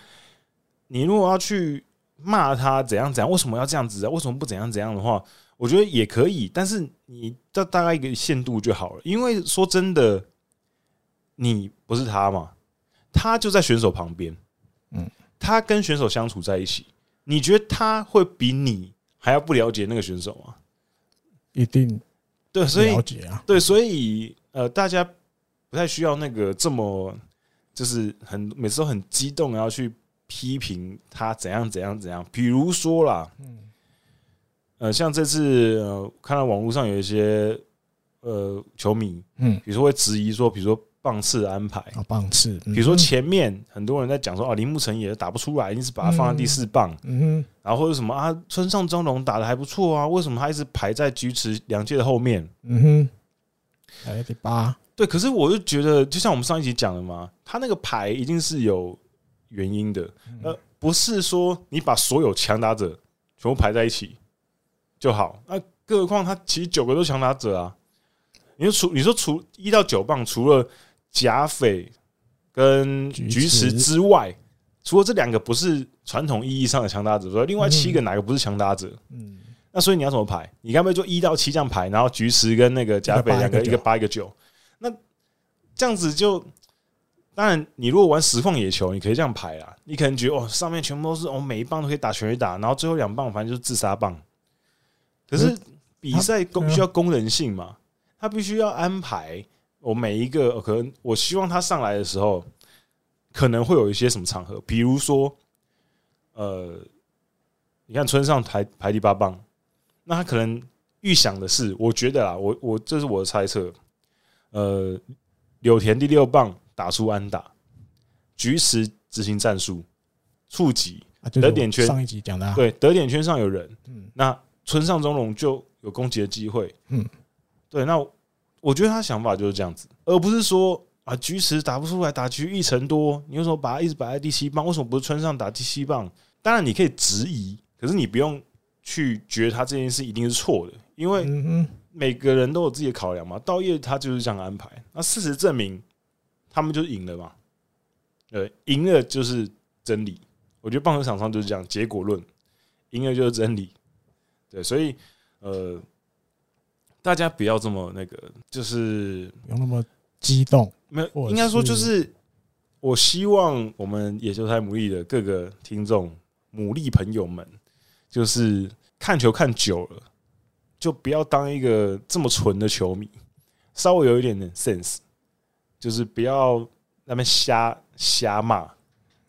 你如果要去骂他怎样怎样，为什么要这样子啊？为什么不怎样怎样的话，我觉得也可以，但是你到大概一个限度就好了。因为说真的，你不是他嘛，他就在选手旁边，嗯，他跟选手相处在一起，你觉得他会比你还要不了解那个选手吗？一定对，所以了解啊，对，所以呃，大家不太需要那个这么，就是很每次都很激动，然后去批评他怎样怎样怎样。比如说啦，嗯呃，像这次呃，看到网络上有一些呃球迷，嗯，比如说会质疑说，比如说棒次的安排，啊棒次，比比如说前面很多人在讲说，哦，铃木成也打不出来，一直把他放在第四棒，嗯哼然后或者什么啊，村上中龙打的还不错啊，为什么他一直排在菊池良介的后面？嗯哼，来第八，对，可是我就觉得，就像我们上一集讲的嘛，他那个牌一定是有原因的，呃，不是说你把所有强打者全部排在一起就好。那、更何况他其实九个都强打者啊。你说除你说除一到九棒，除了甲斐跟菊菊池池之外，除了这两个不是传统意义上的强打者之外，另外七个哪个不是强打者？嗯，那所以你要怎么排？你该不会就一到七这样排，然后菊池跟那个加菲一个八两个一个一九个八一个九，那这样子就。当然，你如果玩实况野球，你可以这样排啦。你可能觉得哦，上面全部都是哦，每一棒都可以打全垒打，然后最后两棒反正就是自杀棒。可是比赛嗯公需要功能性嘛，他必须要安排我每一个、哦可能，我希望他上来的时候可能会有一些什么场合，比如说，呃，你看村上排排第八棒，那他可能预想的是，我觉得啊，我我这是我的猜测，呃，柳田第六棒打出安打，菊池执行战术，触及啊，就是得点圈我上一集讲的、啊，对得点圈上有人，嗯那村上中龙就有攻击的机会，嗯，对，那我我觉得他想法就是这样子，而不是说啊，菊池打不出来，打菊一成多，你为什么把他一直摆在第七棒？为什么不是村上打第七棒？当然你可以质疑，可是你不用去觉得他这件事一定是错的，因为嗯嗯，每个人都有自己的考量嘛。道业他就是这样安排，那事实证明他们就赢了嘛，对，赢了就是真理。我觉得棒球场上就是这样，结果论，赢了就是真理。对，所以呃，大家不要这么那个，就是不用那么激动，没有，或应该说就是是我希望我们野球台牡蛎的各个听众、牡蛎朋友们，就是看球看久了，就不要当一个这么纯的球迷，稍微有一点点 sense，就是不要那边瞎瞎骂，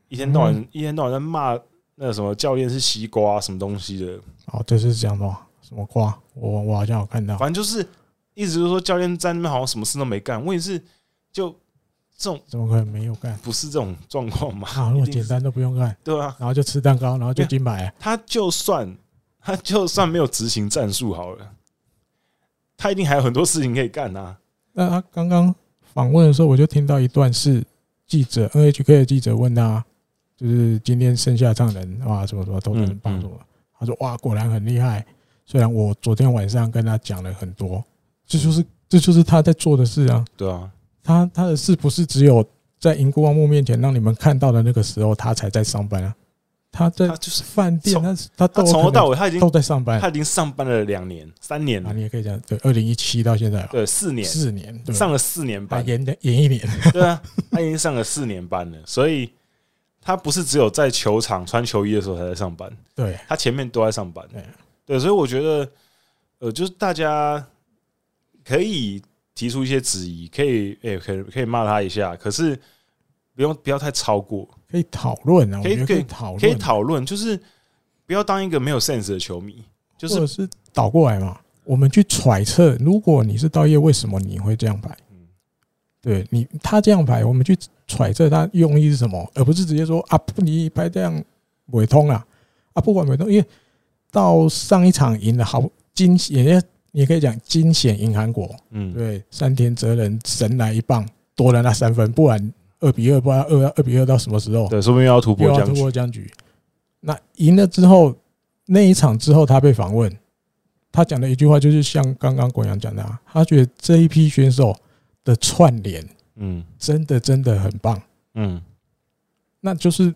一天到晚、一天到晚在骂那什么教练是西瓜什么东西的，哦，就是讲什么什么瓜，我我好像有看到，反正就是一直就说教练在那边好像什么事都没干，问题是就这种怎么可能没有干？不是这种状况嘛？ *laughs* 啊，那么一定是简单都不用干，对啊，然后就吃蛋糕，然后就金牌，他就算他就算没有执行战术好了，他一定还有很多事情可以干啊。那他刚刚访问的时候，我就听到一段是记者 NHK 的记者问他，就是今天剩下唱人哇，什么什么都能帮助。他说哇，果然很厉害。虽然我昨天晚上跟他讲了很多，这就是这就是他在做的事啊。对啊，他他的事不是只有在荧光幕面前让你们看到的那个时候，他才在上班啊。他在他就是饭店，从他他他都有从头可到能尾他已经都在上班他已经上班了两年、三年啊。了，你也可以讲，对，二零一七到现在啊对，四年四年，对，上了四年啊班，延的延一年，对啊，他已经上了四年班了，所以他不是只有在球场穿球衣的时候才在上班，对。他前面都在上班对。对，所以我觉得，呃，就是大家可以提出一些质疑，可以，哎、可以可以骂他一下，可是不用不要太超过，可以讨论啊，我可以觉得可可以以讨论，可以讨论，就是不要当一个没有 sense 的球迷，就或者是是倒过来嘛。我们去揣测，如果你是道业，为什么你会这样排？嗯对你，他这样排，我们去揣测他用意是什么，而不是直接说啊，不你排这样不会通啊，啊，不管不会通，因为到上一场赢了好惊，也也可以讲惊险赢韩国，嗯，对，山田哲人神来一棒，多了那三分，不然二比二，不然二二比二到什么时候？对，说不定要突破又要僵突局破，僵局。那赢了之后，那一场之后，他被访问，他讲的一句话就是像刚刚国阳讲的、啊，他觉得这一批选手的串联嗯真的真的很棒。嗯，那就是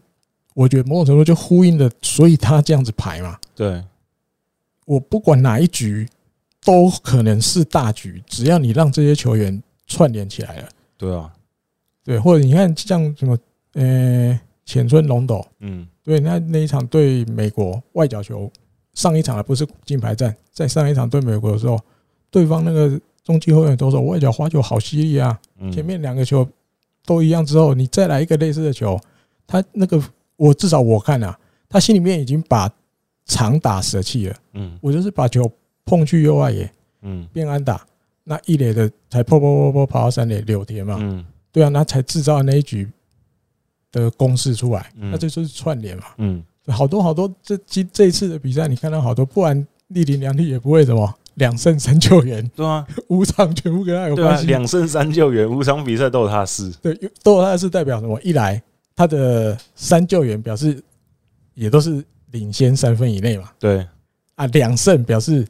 我觉得某种程度就呼应了，所以他这样子排嘛，对，我不管哪一局都可能是大局，只要你让这些球员串联起来了，对啊，对，或者你看像什么呃浅村龙斗，嗯对，那那一场对美国外角球，上一场还不是金牌战，在上一场对美国的时候，对方那个中继后援投手外角花球好犀利啊，嗯，前面两个球都一样之后，你再来一个类似的球，他那个我至少我看啊，他心里面已经把长打舍弃了，嗯我就是把球碰去右外野嗯变安打，那一垒的才跑跑跑跑跑到三垒柳田嘛，嗯对啊，那才制造那一局的攻势出来，嗯那这就是串联嘛。嗯，好多好多这今这一次的比赛，你看到好多，不然立林良利也不会什么两胜三救援， *laughs* 对啊，五场全部跟他有对啊关，系。两胜三救援，五场比赛都有他的事，对，有都有他的是代表什么？一来他的三救援表示也都是领先三分以内嘛，对，啊，两胜表示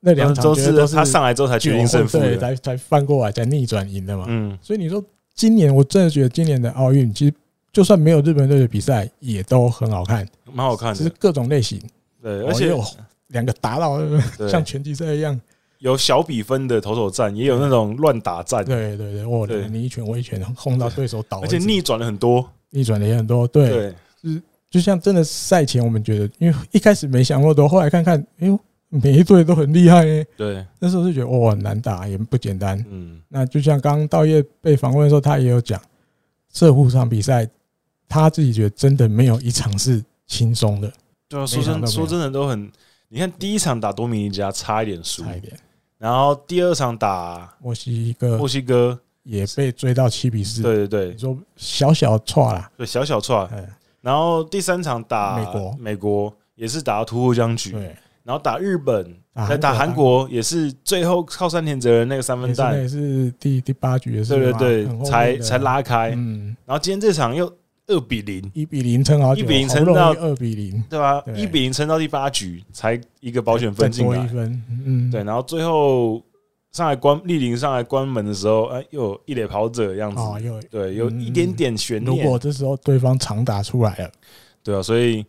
那两场都觉得都是他上来之后才决定胜负对，的，才才翻过来才逆转赢的嘛。嗯所以你说今年我真的觉得今年的奥运其实就算没有日本队的比赛，也都很好看，蛮好看只是的。各种类型，对，哦嗯而且也有两个打到对像拳击赛一样。有小比分的投手战，也有那种乱打战，对对对，我对你一拳我一拳轰到对手倒而为且止，逆转了很多。逆转的也很多。对，对，就像真的赛前我们觉得，因为一开始没想那么多，后来看看，哎呦，每一队都很厉害耶。对，那时候就觉得哇，很难打，也不简单。嗯，那就像刚刚道业被访问的时候，他也有讲，这五场比赛他自己觉得真的没有一场是轻松的，对啊，非说常真都没有说真的都很，你看第一场打多米尼加差一点输，差一点。然后第二场打墨西哥墨西哥，也被追到七比四，对对啊对你，说小小错啦，对小小串，嗯，然后第三场打美国美国也是打到突破僵局，对，然后打日本，打再打韩国也是最后靠山田哲人那个三分也是那弹，也是第第八局的事对嘛，对很对，后才面的才，拉开。嗯，然后今天这场又二比零，一比零撑好久， 1-0撑到二比零，对吧？对一比零撑到第八局才一个保险再分进多一来，分，嗯，对，，然后最后上来关立林上来关门的时候，哎，又有一垒跑者的样子，哦，又对，有嗯一点点悬如果念，这时候对方长打出来了，对啊，所以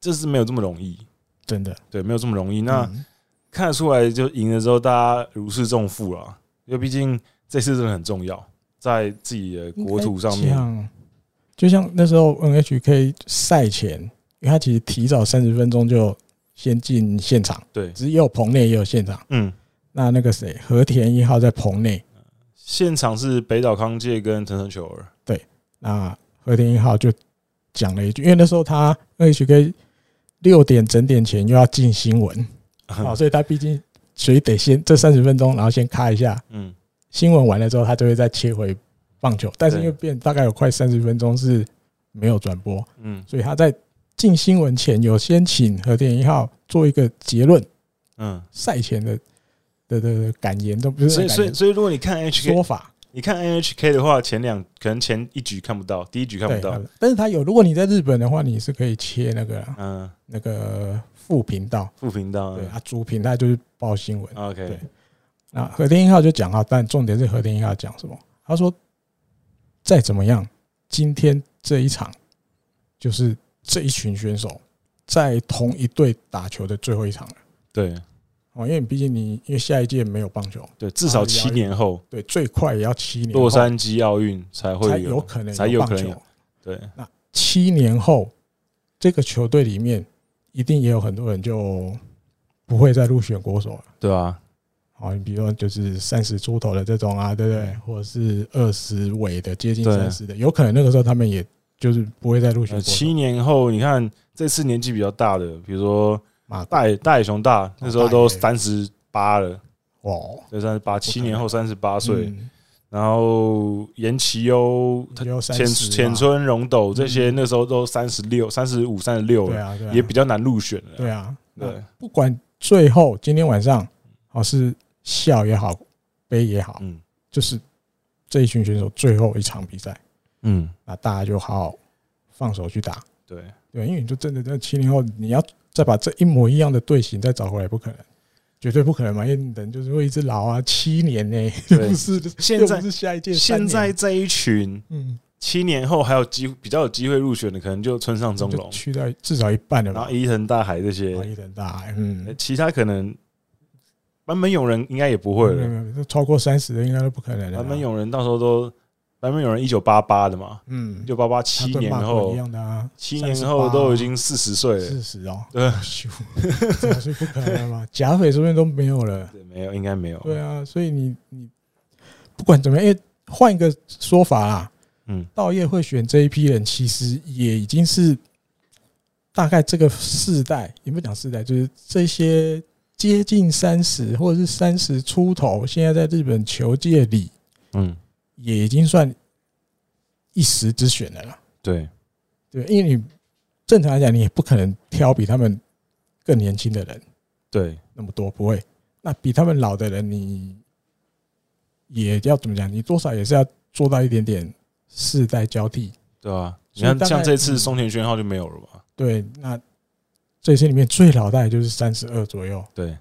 这是没有这么容易，真的，对，没有这么容易。那嗯看得出来，就赢了之后，大家如释重负了，因为毕竟这次真的很重要，在自己的国土上嗯应该面，像就像那时候 NHK 赛前，因为他其实提早三十分钟就先进现场，对，只有棚内也有现场。嗯，那那个谁，和田一号在棚内，现场是北岛康介跟藤神球儿，那和田一号就讲了一句，因为那时候他 NHK 六点整点前又要进新闻，好，所以他毕竟所以得先这三十分钟，然后先卡一下嗯，新闻完了之后，他就会再切回棒球。但是因为对变大概有快三十分钟是没有转播，嗯所以他在进新闻前有先请和田一号做一个结论，嗯赛前的的的的感言都不是所以感所以言所以，如果你看 HK 说法，你看 NHK 的话，前两可能前一局看不到，第一局看对不到。，但是他有，如果你在日本的话，你是可以切那个啊嗯，那个副频道，副频道对啊，主频道就是报新闻。 ，OK，对那和田一号就讲啊，但重点是和田一号讲什么？他说，再怎么样，今天这一场就是这一群选手在同一队打球的最后一场了。对哦，因为毕竟你因为下一届没有棒球，对，至少七年后对，最快也要七年后洛杉矶奥运才才会有可能才有棒可能球有。对，七年后，这个球队里面一定也有很多人就不会再入选国手了。对啊，好，哦你比如说就是三十出头的这种啊，对不对？或者是二十尾的，接近嗯对三十的，有可能那个时候他们也就是不会再入选呃国手。七年后你看这次年纪比较大的，比如说马大野大野熊大那时候都三十八了，哦，对，三十八，七年后三十八岁，嗯然后岩崎优、他也有三浅十嘛浅村荣斗这些嗯那时候都三十六、三十五、三十六对了，啊，对啊，也比较难入选了。对啊，对那不管最后今天晚上哦是笑也好，悲也好，嗯就是这一群选手最后一场比赛，嗯，那大家就好好放手去打。对，对，因为你就真的在七零后，你要再把这一模一样的队形再找回来，不可能，绝对不可能嘛！因为人就是会一直老啊，七年呢、 *laughs* 对不是现在又不是下一届，现三在年这一群嗯，七年后还有机比较有机会入选的，可能就村上中就龙，去到至少一半了哎然吧后，哎伊藤大海这然后些，一人大，嗯，其他可能坂本勇人应该也不会没有了。没有没有都超过三十的应该都不可能了啦。坂本勇人到时候都坂本勇人一九八八的嘛，嗯一，九八八他七对年马奎后一，样的啊，七年后都已经四十岁了，四十哦，对咻，这是不可能嘛， *laughs* 甲斐说不定都没有了。对，没有，应该没有。对啊，所以你你不管怎么样，因为换一个说法啦，嗯，道业会选这一批人，其实也已经是大概这个世代，也不讲世代，就是这些接近三十或者是三十出头，现在在日本球界里嗯，也已经算一时之选了啦。对，对，因为你正常来讲，你也不可能挑比他们更年轻的人对，那么多，不会。那比他们老的人，你也要怎么讲？你多少也是要做到一点点世代交替。对啊。你所以看，大概像这次嗯松田宣浩就没有了吧？对，那这些里面最老大也就是三十二左右，对，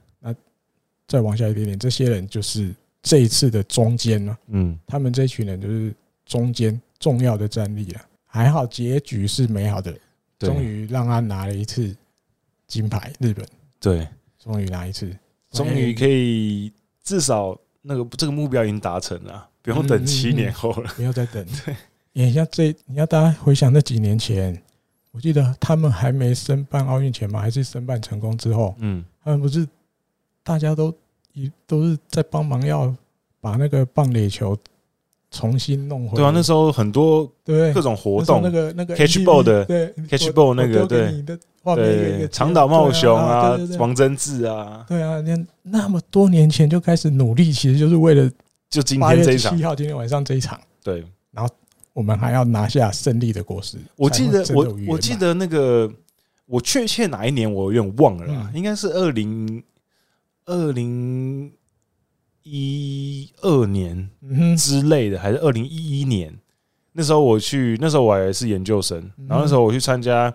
再往下一点点，这些人就是这一次的中间呢，嗯，他们这一群人就是中间重要的战力了。还好结局是美好的，对终于让他拿了一次金牌，日本对，终于拿一次，哎终于可以至少那个这个目标已经达成了，不用等七年后了。不要再 *laughs* 等。对，你像这，你要大家回想那几年前，我记得他们还没申办奥运前嘛，还是申办成功之后，嗯，他们不是大家都一都是在帮忙要把那个棒垒球重新弄回来。对啊，那时候很多对各种活动那时候那，个那个 catch NTV ball 的对 catch ball 那个我丢给你的画面有一对个长岛茂雄啊，啊对对，对王贞治啊，对啊，那那么多年前就开始努力，其实就是为了就今八天月这一十场七，号今天晚上这一场，对我们还要拿下胜利的果实。我记得才会真的我有圆满我记得那个我确切哪一年我有点忘了啦，嗯应该是二零二零一二年嗯哼，之类的，还是二零一一年。那时候我去，那时候我还是研究生，嗯然后那时候我去参加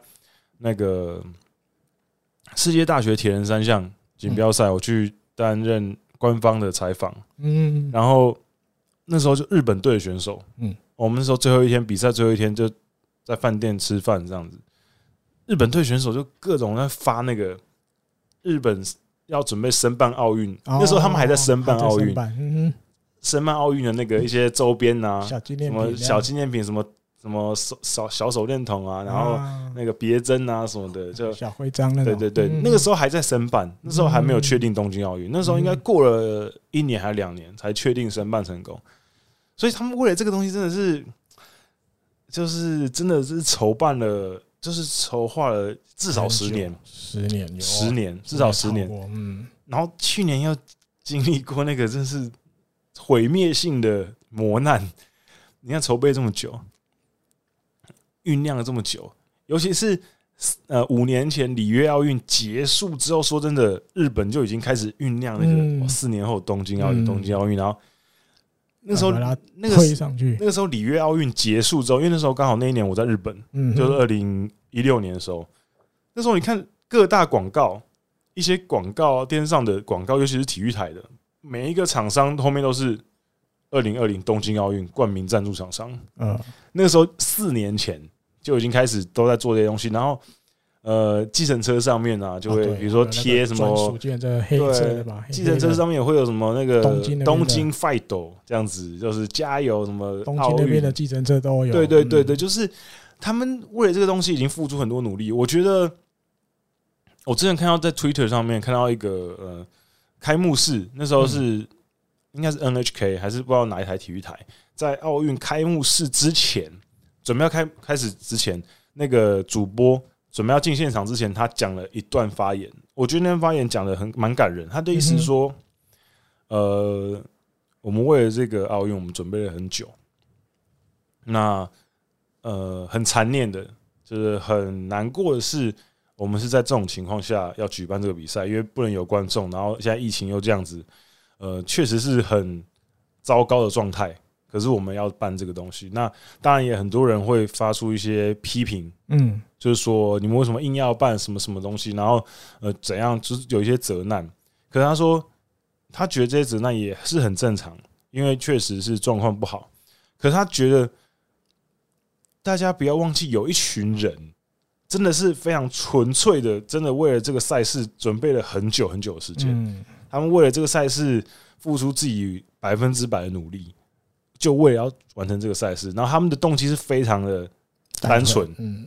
那个世界大学铁人三项锦标赛，我去担任官方的采访，嗯，然后那时候就日本队的选手，嗯嗯，我们那时候最后一天比赛最后一天就在饭店吃饭这样子，日本队选手就各种在发那个日本要准备申办奥运，哦那时候他们还在申办奥还在运申，办嗯申办奥运的那个一些周边啊，哼，小纪什念么品，小纪念品，什么什么手小小手电筒啊，啊，然后那个别针啊什么的，就小徽章那对种，嗯嗯对对，那个时候候还在申办，那时候还没有确定东京奥运，那时候应该过了一年还两年才确定申办成功，所以他们为了这个东西真的是，就是真的是筹办了，就是筹划了至少十年，，十年有，啊十年至少十年超，过，嗯，然后去年又经历过那个真是毁灭性的磨难，你看筹备这么久，酝酿了这么久，尤其是呃五年前里约奥运结束之后，说真的，日本就已经开始酝酿那个、嗯哦四年后东京奥运，嗯东京奥运，然后那时候把它那推个上去，那个时候里约奥运结束之后，因为那时候刚好那一年我在日本，嗯哼，就是二零一六年的时候，那时候你看各大广告，一些广告啊电视上的广告，尤其是体育台的，每一个厂商后面都是二零二零东京奥运冠名赞助厂商。呃，那个时候四年前就已经开始都在做这些东西，然后呃，计程车上面啊，就啊会对比如说有那个贴什专么属。券这个黑色的吧，计程车上面也会有什么那个东京那边的东京 fight 这样子，就是加油什么黑东京奥那运边的计程车都有，对对对嗯对，，就是他们为了这个东西已经付出很多努力。我觉得我之前看到在 Twitter 上面看到一个呃开幕式，那时候是、嗯应该是 NHK 还是不知道哪一台体育台，在奥运开幕式之前，准备要开开始之前，那个主播准备要进现场之前，他讲了一段发言。我觉得那段发言讲的很蛮感人，他的意思是说，呃，我们为了这个奥运，我们准备了很久。那呃，很残念的，就是很难过的是，我们是在这种情况下要举办这个比赛，因为不能有观众，然后现在疫情又这样子，呃，确实是很糟糕的状态。可是我们要办这个东西，那当然也很多人会发出一些批评，嗯，就是说你们为什么硬要办什么什么东西，然后呃怎样，就是有一些责难。可是他说，他觉得这些责难也是很正常，因为确实是状况不好。可是他觉得，大家不要忘记，有一群人真的是非常纯粹的，真的为了这个赛事准备了很久很久的时间。嗯，他们为了这个赛事付出自己百分之百的努力，就为了要完成这个赛事。然后他们的动机是非常的，单纯嗯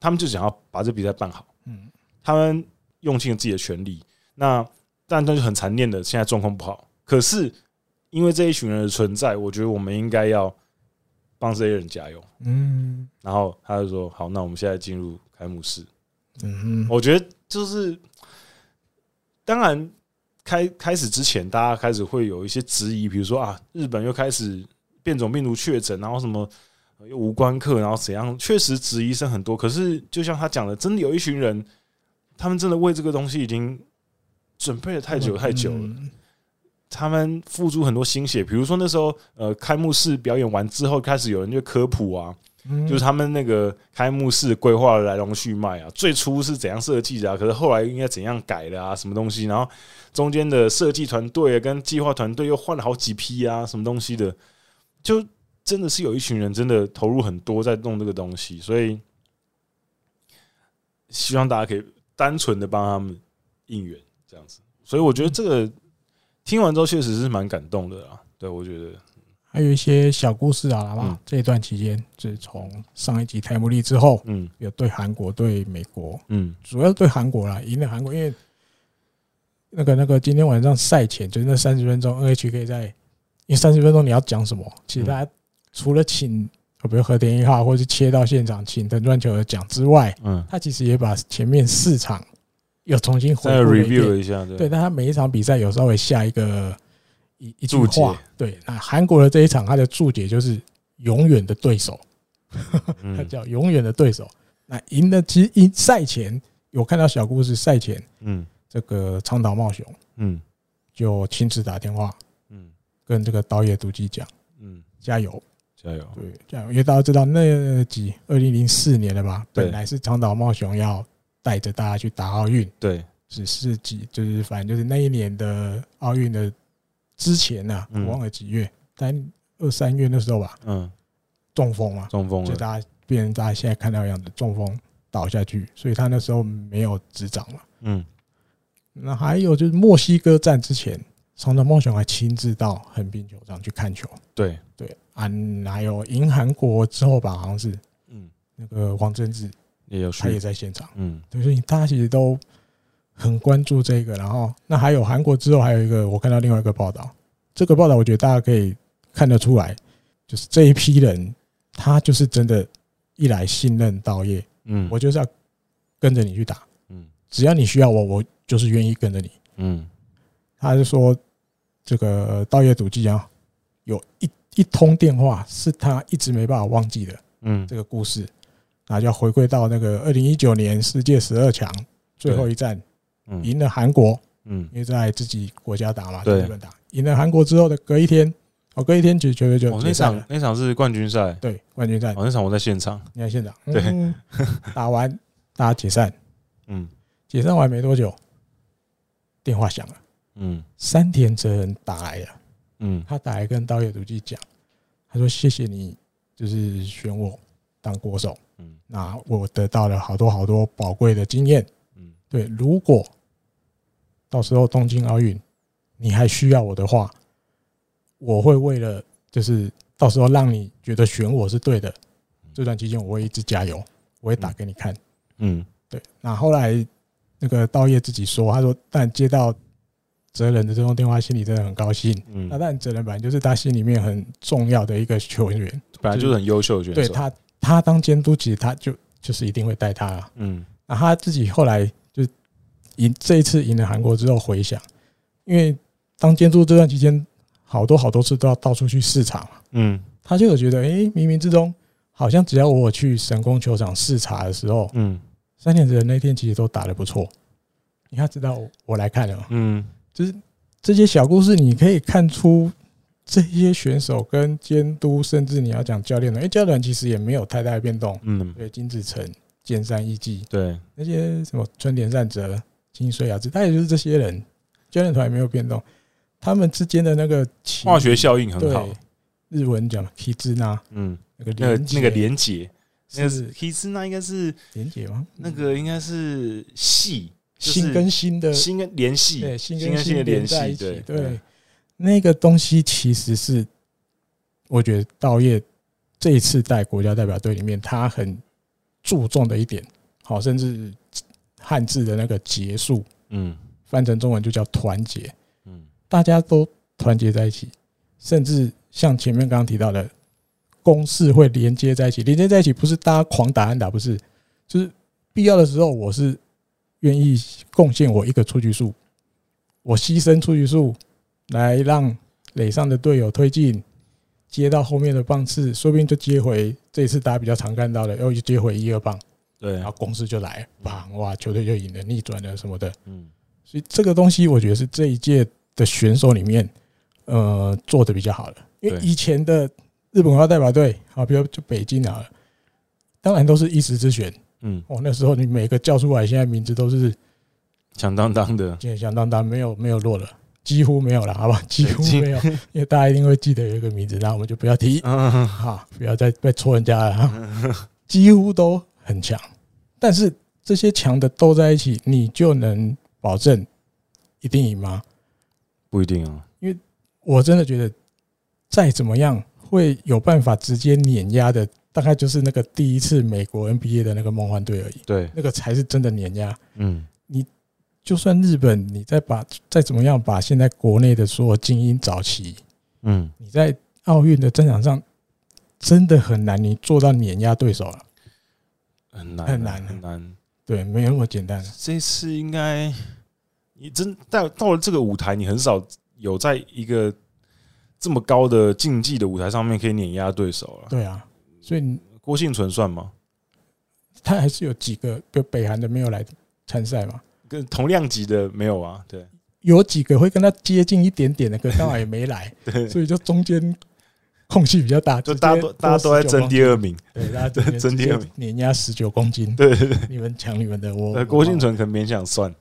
他们就想要把这比赛办好，嗯他们用尽了自己的全力。那但但是很残念的，现在状况不好。可是因为这一群人的存在，我觉得我们应该要帮这些人加油。嗯然后他就说：“好，那我们现在进入开幕式。”嗯，我觉得就是，当然开开始之前，大家开始会有一些质疑，比如说啊，日本又开始变种病毒确诊，然后什么呃又无关客，然后怎样，确实质疑声很多。可是就像他讲的，真的有一群人，他们真的为这个东西已经准备了太久太久了，嗯他们付出很多心血。比如说那时候，呃，开幕式表演完之后，开始有人就科普啊，嗯就是他们那个开幕式规划的来龙去脉啊，最初是怎样设计的啊，可是后来应该怎样改的啊，什么东西，然后中间啊的设计团队跟计划团队又换了好几批啊，什么东西的，就真的是有一群人真的投入很多在弄这个东西，所以希望大家可以单纯的帮他们应援这样子。所以我觉得这个听完之后确实是蛮感动的啊啦。对，我觉得还有一些小故事啊，好不好？嗯这一段期间，自从上一集泰姆利之后，嗯有对韩国、对美国，嗯主要对韩国啦，赢了韩国，因为那个那个今天晚上赛前就是那三十分钟，NHK 在，因为三十分钟你要讲什么，嗯其实大家除了请，呃比如和田一号或是切到现场请藤川球儿讲之外，嗯，他其实也把前面四场又重新回再顾了一 review 遍了。一下，对对，但他每一场比赛有稍微下一个一一句注解话。对，那韩国的这一场，他的注解就是“永远的对手”。他嗯叫永远的对手。那赢的其实赢赛前有看到小故事，赛前嗯这个长岛茂雄嗯就亲自打电话嗯跟这个导演独姬讲嗯，加油，加油，对，加油，因为大家知道那集二零零四年的吧，对本来是长岛茂雄要带着大家去打奥运，对，只是几就是反正就是那一年的奥运的之前呢、啊，嗯我忘了几月，但二三月那时候吧，嗯，中风嘛，中风就了，大家变成大家现在看到一样的中风倒下去，所以他那时候没有执掌嘛。嗯那还有就是墨西哥站之前，长岛梦雄还亲自到横滨球场去看球。对，对，啊，还有赢韩国之后吧，好像是嗯，那个王贞治，也有他也去，在现场。嗯对，所以大家其实都很关注这个。然后，那还有韩国之后，还有一个我看到另外一个报道，这个报道我觉得大家可以看得出来，就是这一批人，他就是真的，一来信任道业，嗯，我就是要跟着你去打，嗯只要你需要我，我就是愿意跟着你。嗯他是说，这个道业赌技啊，有一一通电话是他一直没办法忘记的嗯这个故事，那就要回归到那个二零一九年世界十二强最后一战嗯赢了韩国，嗯因为在自己国家打嘛，对在日本打，赢了韩国之后的隔一天，哦，隔一天就就就哦，决那赛场了，那场是冠军赛，对，冠军战哦，，那场我在现场，你看现场，对嗯， *laughs* 打完大家解散，嗯解散完没多久，电话响了。嗯山田哲人打来了，嗯他打来跟导演独记讲，他说：“谢谢你，就是选我当国手，嗯那我得到了好多好多宝贵的经验。嗯对，如果到时候东京奥运你还需要我的话，我会为了就是到时候让你觉得选我是对的，这段期间我会一直加油，我会打给你看。嗯对，那后来那个道业自己说，他说，但接到哲人的这通电话，心里真的很高兴。嗯，那但哲人本来就是他心里面很重要的一个球员，本来就是很优秀的选手，对，他，他当监督，其实他就就是一定会带他、啊。嗯那他自己后来就赢这一次赢了韩国之后回想，因为当监督这段期间，好多好多次都要到处去市场嘛，嗯他就有觉得，诶，冥冥之中好像只要我去神宫球场视察的时候，嗯三点人那天其实都打得不错。你看，直到我我来看了嘛，嗯就是这些小故事，你可以看出这些选手跟监督，甚至你要讲教练的，因为教练其实也没有太大的变动。嗯，对，金子成、剑山一纪对，那些什么春田善哲、清水雅子，他也就是这些人，教练团也没有变动，他们之间的那个情化学效应很对好，日文讲 k i z n a 嗯，那个那个连那个连连结，那个是嗯 k i s 那应该是连结吗？那个应该是系，就是心跟心的心跟联系，对，心心跟跟心心的联在一系，起对，嗯对，那个东西其实是，我觉得道业这一次带国家代表队里面，他很注重的一点，好，甚至汉字的那个结束嗯翻成中文就叫团结，嗯大家都团结在一起，甚至像前面刚刚提到的，公式会连接在一起，连接在一起不是大家狂打安打，不是，就是必要的时候我是愿意贡献我一个出局数，我牺牲出局数来让垒上的队友推进，接到后面的棒次，说不定就接回这一次大家比较常看到的，哦又就接回一二棒，对然后，公式就来了，棒哇，球队就赢了，逆转了什么的，嗯所以这个东西我觉得是这一届的选手里面，呃，做的比较好的。因为对以前的日本国家代表队，啊，比如就北京好了，当然都是一时之选。嗯，哦，那时候你每个叫出来，现在名字都是响当当的，响当当，没有没有落了。几乎没有了，好吧？几乎没有， *laughs* 因为大家一定会记得有一个名字，那我们就不要 *laughs* 提嗯，哈，不要再再戳人家了哈。几乎都很强，但是这些强的斗在一起，你就能保证一定赢吗？ *laughs* 不一定啊。我真的觉得，再怎么样会有办法直接碾压的，大概就是那个第一次美国 NBA 的那个梦幻队而已，对，那个才是真的碾压。嗯，就算日本，你再把再怎么样把现在国内的所有精英找齐，嗯，你在奥运的战场上真的很难，你做到碾压对手了。很难啊，很难啊很难。对，没有那么简单了。这次应该你真到到了这个舞台，你很少有在一个这么高的竞技的舞台上面可以碾压对手了。对啊，所以你郭幸存算吗？他还是有几个跟北韩的没有来参赛嘛，跟同量级的没有啊？对，有几个会跟他接近一点点的，可当然也没 *laughs* 来，所以就中间空隙比较大，就直接大家都大家都在多19争第二名。公斤，对，大 *laughs* 家直接争第二名，直接碾压十九公斤，对对对，你们抢你们的，我呃，我郭幸忘了存可能勉强算，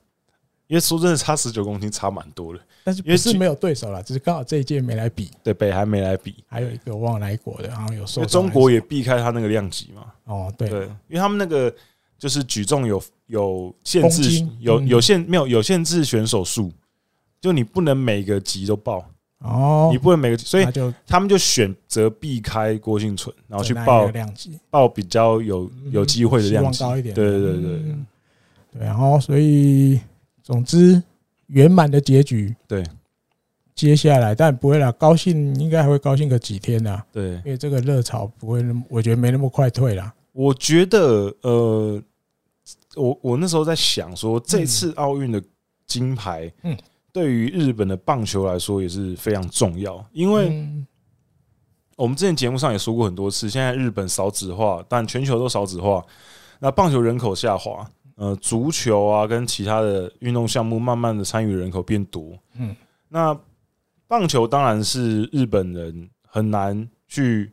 因为说真的，差十九公斤差蛮多的。但是因不为是其没有对手啦，只是刚好这一届没来比，对，北韩没来比，还有一个我忘了哪一国的，好像有受因为伤中国还是也避开他那个量级嘛。哦，对，对，因为他们那个就是举重有有限公制斤，有嗯有限没有有限制选手数，就你不能每个级都报，哦你，不能每个，所以那就他们就选择避开郭幸存，然后去整那一报个量级，报比较有有机会的希量望级。高一点，对对对对嗯对，然后所以总之圆满的结局，对，接下来但不会啦，高兴应该还会高兴个几天啦，对，因为这个热潮不会那么，我觉得没那么快退啦，我觉得呃，我我那时候在想说，这次奥运的金牌，嗯对于日本的棒球来说也是非常重要，因为。嗯我们之前节目上也说过很多次，现在日本少子化，但全球都少子化，那棒球人口下滑，呃，足球啊跟其他的运动项目慢慢的参与人口变多，嗯，那棒球当然是日本人很难去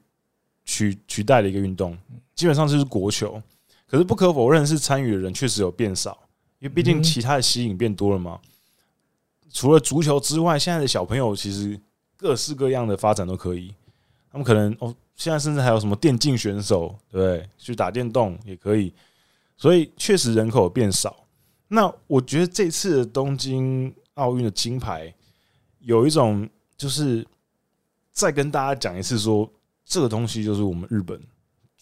取取代的一个运动，基本上就是国球，可是不可否认是参与的人确实有变少，因为毕竟嗯其他的吸引变多了嘛。除了足球之外，现在的小朋友其实各式各样的发展都可以，他们可能哦，现在甚至还有什么电竞选手，对不对？去打电动也可以，所以确实人口有变少。那我觉得这次的东京奥运的金牌有一种就是再跟大家讲一次说这个东西就是我们日本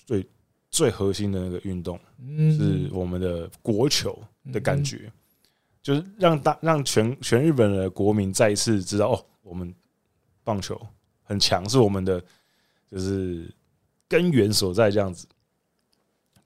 最最核心的那个运动，嗯是我们的国球的感，觉，就是让大让全全日本的国民再一次知道哦，我们棒球很强，是我们的就是根源所在这样子。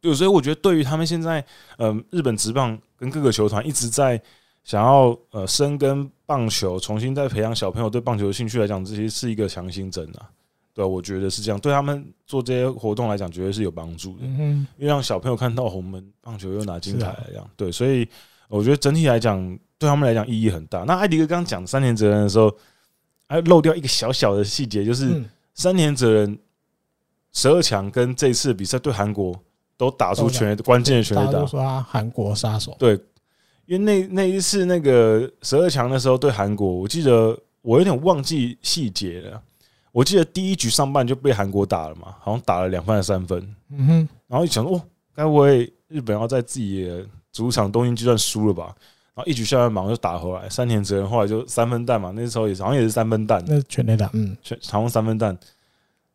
对，所以我觉得对于他们现在，嗯、日本职棒跟各个球团一直在想要呃深耕棒球，重新再培养小朋友对棒球的兴趣来讲，这些是一个强心针啊。对啊，我觉得是这样，对他们做这些活动来讲，绝对是有帮助的。嗯哼，因为让小朋友看到我们棒球又拿金是牌啊这样，对，所以我觉得整体来讲，对他们来讲意义很大。那艾迪哥刚刚讲三田哲人的时候，还漏掉一个小小的细节，就是嗯三田哲人十二强跟这次比赛对韩国都打出全垒关键的全大垒家都打，说他韩国杀手，对，因为那那一次那个十二强的时候对韩国，我记得我有点忘记细节了，我记得第一局上半就被韩国打了嘛，好像打了两分还是三分，嗯哼，然后一想说，哦，该不会日本要在自己的主场东京巨蛋输了吧？然后一局下半马上就打回来，山田哲人后来就三分弹嘛，那时候也是好像也是三分弹，那是全垒打，嗯，全好像三分弹，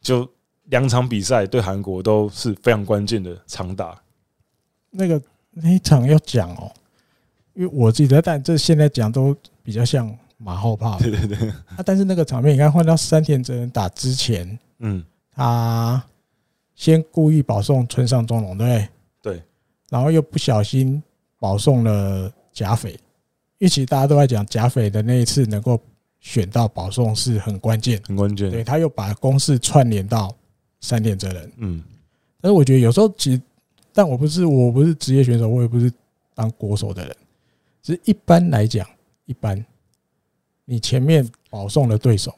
就两场比赛对韩国都是非常关键的长打。那个那一场要讲哦，因为我记得，但这现在讲都比较像马后炮，对对对，啊，但是那个场面，你看换到山田真人打之前，嗯，他先故意保送村上中龙，对不对？对，然后又不小心保送了甲斐，因为其实大家都在讲甲斐的那一次能够选到保送是很关键，很关键。对，他又把公式串联到山田真人，嗯，但是我觉得有时候其实，但我不是我不是职业选手，我也不是当国手的人，只是一般来讲，一般你前面保送的对手，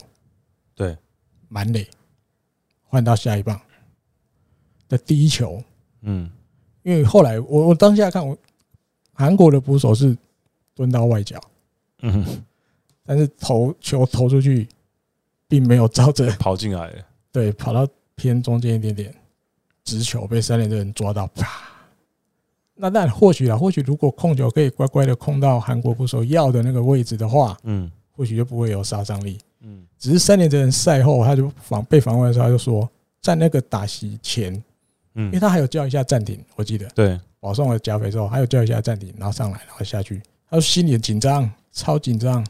对，满垒换到下一棒的第一球，嗯，因为后来我我当下看我韩国的捕手是蹲到外角，嗯，但是投球投出去，并没有照着跑进来了，对，跑到偏中间一点点，直球被三连的人抓到，啪！那但或许啊，或许如果控球可以乖乖的控到韩国捕手要的那个位置的话，嗯或许就不会有杀伤力。嗯只是三连的人赛后他就访被访问的时候，他就说，在那个打席前，因为嗯，他还有叫一下暂停，我记得对，保送了加肥之后，还有叫一下暂停，然后上来，然后下去，他说心里紧张，超紧张，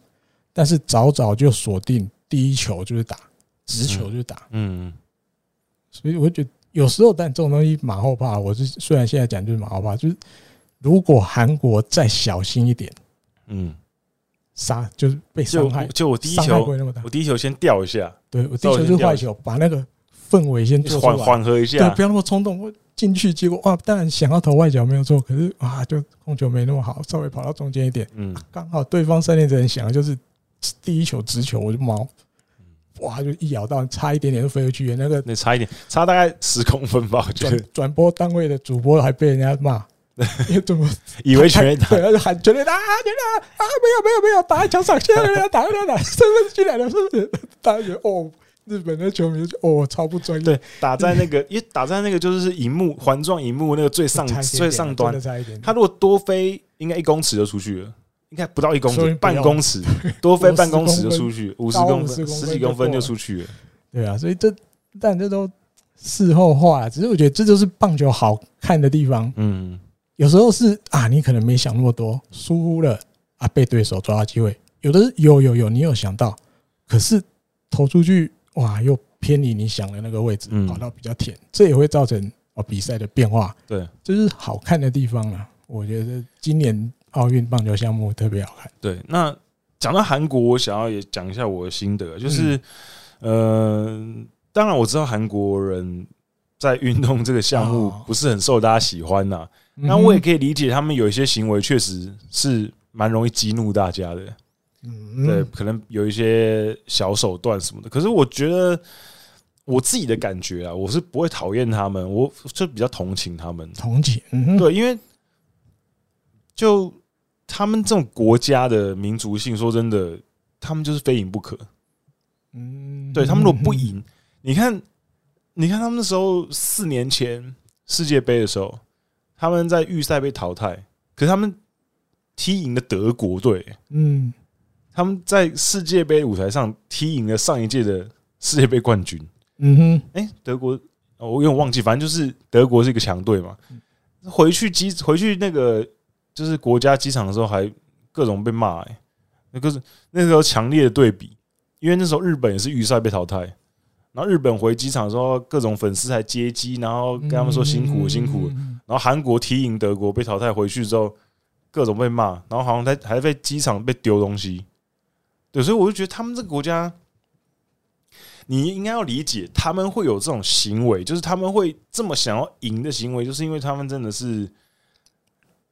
但是早早就锁定第一球就是打，直球就是打。嗯所以我觉得有时候，但这种东西马后炮，我是虽然现在讲就是马后炮，就是如果韩国再小心一点，嗯，杀就是被就伤害，就我第一伤害不球，会那么大我。第一球先掉一下，对我第一球就是坏球，把那个氛围先做出缓来，缓和一对，下不，要那么冲动。我进去，结果哇，当然想要投外角没有错，可是啊，就控球没那么好，稍微跑到中间一点，嗯，刚好对方三连者人想的就是第一球直球，我就毛嗯，哇，就一咬到，差一点点就飞回去了，那个那差一点，差大概十公分吧，我觉转 *laughs* 得，转播单位的主播还被人家骂，因为怎么以为全垒打对，他就喊全垒打，全垒打啊，没有没有没有，打在墙上，现在人家打人家打，三分进来了，是不是？大家觉得哦，日本的球迷就哦超不专业，对，打在那个，因为打在那个就是荧幕环状荧幕那个最上差一点点最上端真的，差一点点，它如果多飞，应该一公尺就出去了，应该不到一公所以尺，不半要公尺，多飞50半公尺就出去，五十高公50分、公十分几就公分过就了出去了。对啊，所以这但这都事后话，只是我觉得这就是棒球好看的地方，嗯，有时候是啊，你可能没想那么多，疏忽了啊，被对手抓到机会。有的是有有有，你有想到，可是投出去哇，又偏离你想的那个位置嗯，跑到比较甜，这也会造成哦比赛的变化。对，这是好看的地方了。我觉得今年奥运棒球项目特别好看。对。那讲到韩国，我想要也讲一下我的心得，啊就是，嗯呃，当然我知道韩国人在运动这个项目哦不是很受大家喜欢呐、那我也嗯可以理解他们有一些行为确实是蛮容易激怒大家的。嗯对，可能有一些小手段什么的。可是我觉得我自己的感觉啊，我是不会讨厌他们，我就比较同情他们。同情，嗯哼，对，因为就他们这种国家的民族性，说真的，他们就是非赢不可。嗯对他们如果不，赢，你看，你看他们那时候四年前世界杯的时候，他们在预赛被淘汰，可是他们踢赢了德国队。嗯，他们在世界杯舞台上踢赢了上一届的世界杯冠军。嗯哼，哎、德国，哦我有点忘记，反正就是德国是一个强队嘛。回去机回去那个就是国家机场的时候，还各种被骂、哎，那个是那时候强烈的对比，因为那时候日本也是预赛被淘汰，然后日本回机场的时候，各种粉丝还接机，然后跟他们说辛苦了辛苦了，嗯，然后韩国踢赢德国被淘汰回去之后，各种被骂，然后好像在还被机场被丢东西。对，所以我就觉得他们这个国家，你应该要理解他们会有这种行为，就是他们会这么想要赢的行为，就是因为他们真的是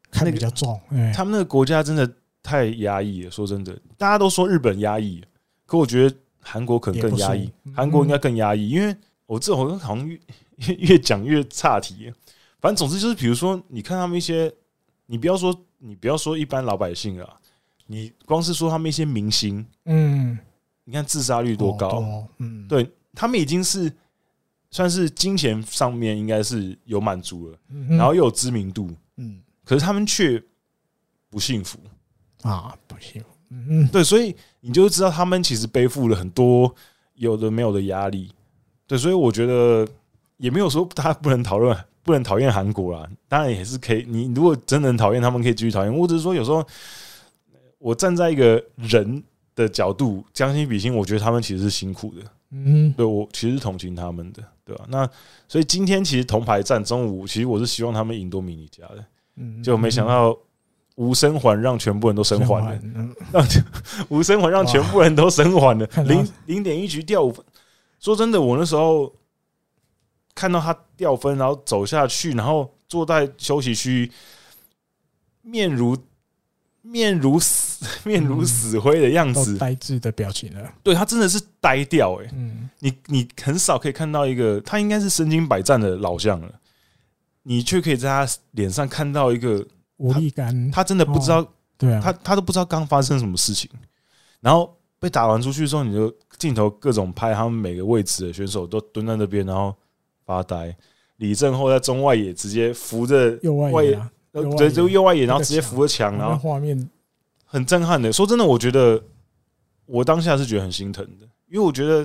看那比个较重，哎，他们那个国家真的太压抑了。说真的，大家都说日本压抑，可我觉得韩国可能更压也抑不嗯输，韩国应该更压抑，因为我这好像好像越越越讲越岔题。反正总之就是，比如说，你看他们一些，你不要说你不要说一般老百姓啊，你光是说他们一些明星，嗯，你看自杀率多高，哦，多嗯，对他们已经是算是金钱上面应该是有满足了，嗯哼，然后又有知名度，嗯可是他们却不幸福。啊，不行，嗯对，所以你就知道他们其实背负了很多有的没有的压力。对，所以我觉得也没有说大家不能讨论，不能讨厌韩国啦。当然也是可以，你如果真的很讨厌他们，可以继续讨厌。我只是说有时候我站在一个人的角度，将心比心，我觉得他们其实是辛苦的。嗯对我其实是同情他们的，对吧、那所以今天其实铜牌战中午，其实我是希望他们赢多米尼加的，嗯，就没想到无生还让全部人都生生还还了。嗯让吴生环让全部人都生还了，看到零零点一局掉五分。说真的，我那时候看到他掉分，然后走下去，然后坐在休息区，面如面如死 *laughs* 面如 *laughs* 死灰的样嗯都子。呆滞的表情了，对他真的是呆掉哎、嗯，你你很少可以看到一个他应该是身经百战的老将了，你却可以在他脸上看到一个无力感，他真的不知道对啊，他他都不知道刚发生什么事情。然后被打完出去之后，你就镜头各种拍他们每个位置的选手都蹲在那边，然后发呆。李正厚在中外野直接扶着右外野啊，呃右外野对，就右外野，然后直接那个墙扶着墙，然那后画面很震撼的。说真的，我觉得我当下是觉得很心疼的，因为我觉得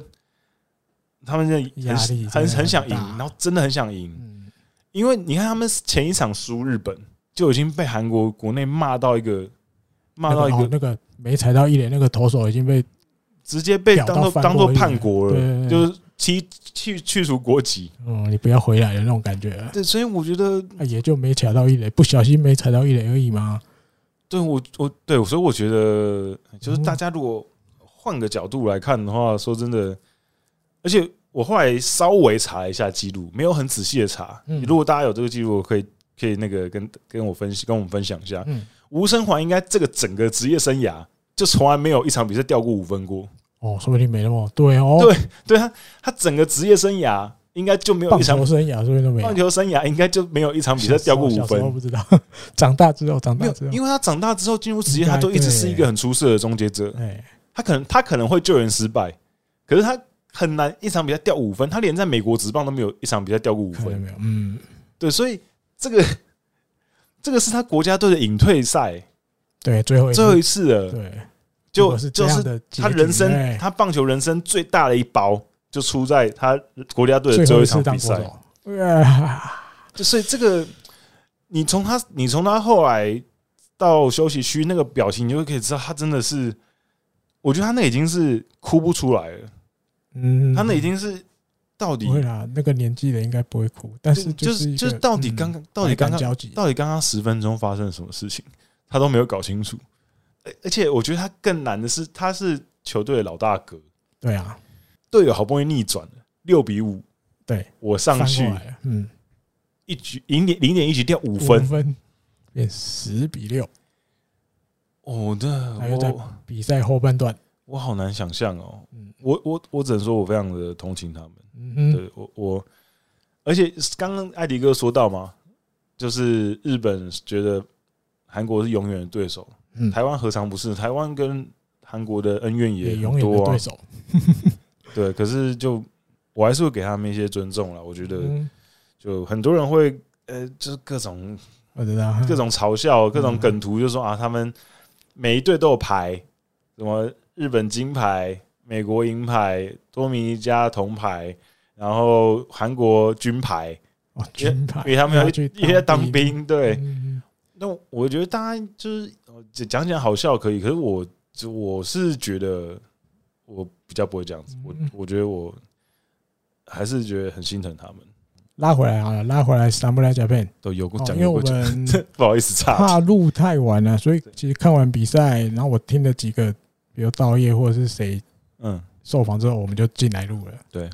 他们真的压力真很的很很想很赢，大然后真的很想赢。嗯，因为你看他们前一场输日本，就已经被韩国国内骂到一个那骂到个一哦个那个没踩到一垒，那个投手已经被直接被当屌做到翻当做过一叛国对了，对对就是踢去去除国籍。嗯你不要回来的那种感觉了，对，所以我觉得，啊也就没踩到一垒，不小心没踩到一垒而已嘛。啊对我我对，所以我觉得，就是嗯大家如果换个角度来看的话，说真的，而且我后来稍微查了一下记录，没有很仔细的查。嗯如果大家有这个记录，可以可以那个跟跟我分析，跟我们分享一下。嗯，吴生环应该这个整个职业生涯就从来没有一场比赛掉过五分过，哦，说不定没那么对哦，对对他他整个职业生涯应该就没有棒一场球生涯说不定都没有哦棒。球生涯应该就没有一场比赛掉过五小时候分，不知道， *laughs* 长大之后，长没大有之，后，因为他长大之后进入职业，应该他都一直是一个很出色的终结者，哎，他可能他可能会救援失败，可是他很难一场比赛掉五分，他连在美国职棒都没有一场比赛掉过五看到分，没有？嗯，对，所以这个这个是他国家队的隐退赛对，最后一最后次，一次了，对，如就果是这就样是的结局，他人生哎他棒球人生最大的一包。就出在他国家队最的最后后一一场次比当赛国，手，哇就所以这个，你从他，你从他后来到休息区那个表情，你就可以知道他真的是，我觉得他那已经是哭不出来了，嗯，他那已经是到底不会啦，那个年纪的应该不会哭，但嗯 *laughs* 是就是一个嗯就是到底刚刚到底百刚刚感交集，到底刚刚十分钟发生了什么事情，他都没有搞清楚。而而且我觉得他更难的是，他是球队的老大哥，对啊，队友好不容易逆转了六比五，对我上翻去过来了，嗯，一局零点零点一局掉五五分，分变十比六，哦，对，还有在我比赛后半段，我好难想象哦，嗯我我我只能说我非常的同情他们。嗯哼，对我我，而且刚刚艾迪哥说到嘛，就是日本觉得韩国是永远的对手，嗯，台湾何尝不是？台湾跟韩国的恩怨也很永远的多啊对，手，对。可是就我还是会给他们一些尊重啦。我觉得嗯，就很多人会呃，就是各种我知道，各种嘲笑、各种嗯梗图，就说啊，他们每一队都有牌，什么日本金牌、美国银牌、多米尼加铜牌，然后韩国军牌，哦，军牌因，为他们要要去去也在当兵。对，嗯，那我觉得大家就是呃讲讲好笑可以，可是我就我是觉得我比较不会这样子，我嗯我觉得我还是觉得很心疼他们。拉回来好了，拉回来 Samurai Japan，都有过哦讲因为我过讲，们不好意思差怕录太晚了，所以其实看完比赛，然后我听了几个，比如道业或者是谁嗯，受访之后，我们就进来录了。对，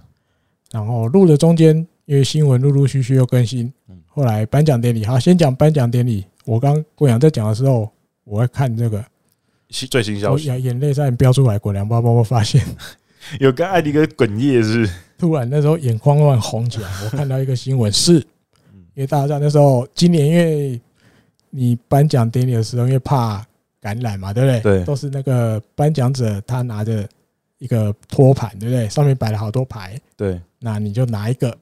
然后录的中间，因为新闻陆陆续续又更新嗯，后来颁奖典礼，好，先讲颁奖典礼。我刚过阳在讲的时候，我在看这个，新最新消我息。眼眼泪在飙出来，果然不知道有没有发现， *laughs* 有跟艾迪哥哽咽是不是？突然那时候眼眶乱红起来。我看到一个新闻是，嗯因为大家知道那时候今年因为你颁奖典礼的时候，因为怕感染嘛，对不对？对都是那个颁奖者他拿着一个托盘，对不对？上面摆了好多牌，对，那你就拿一个。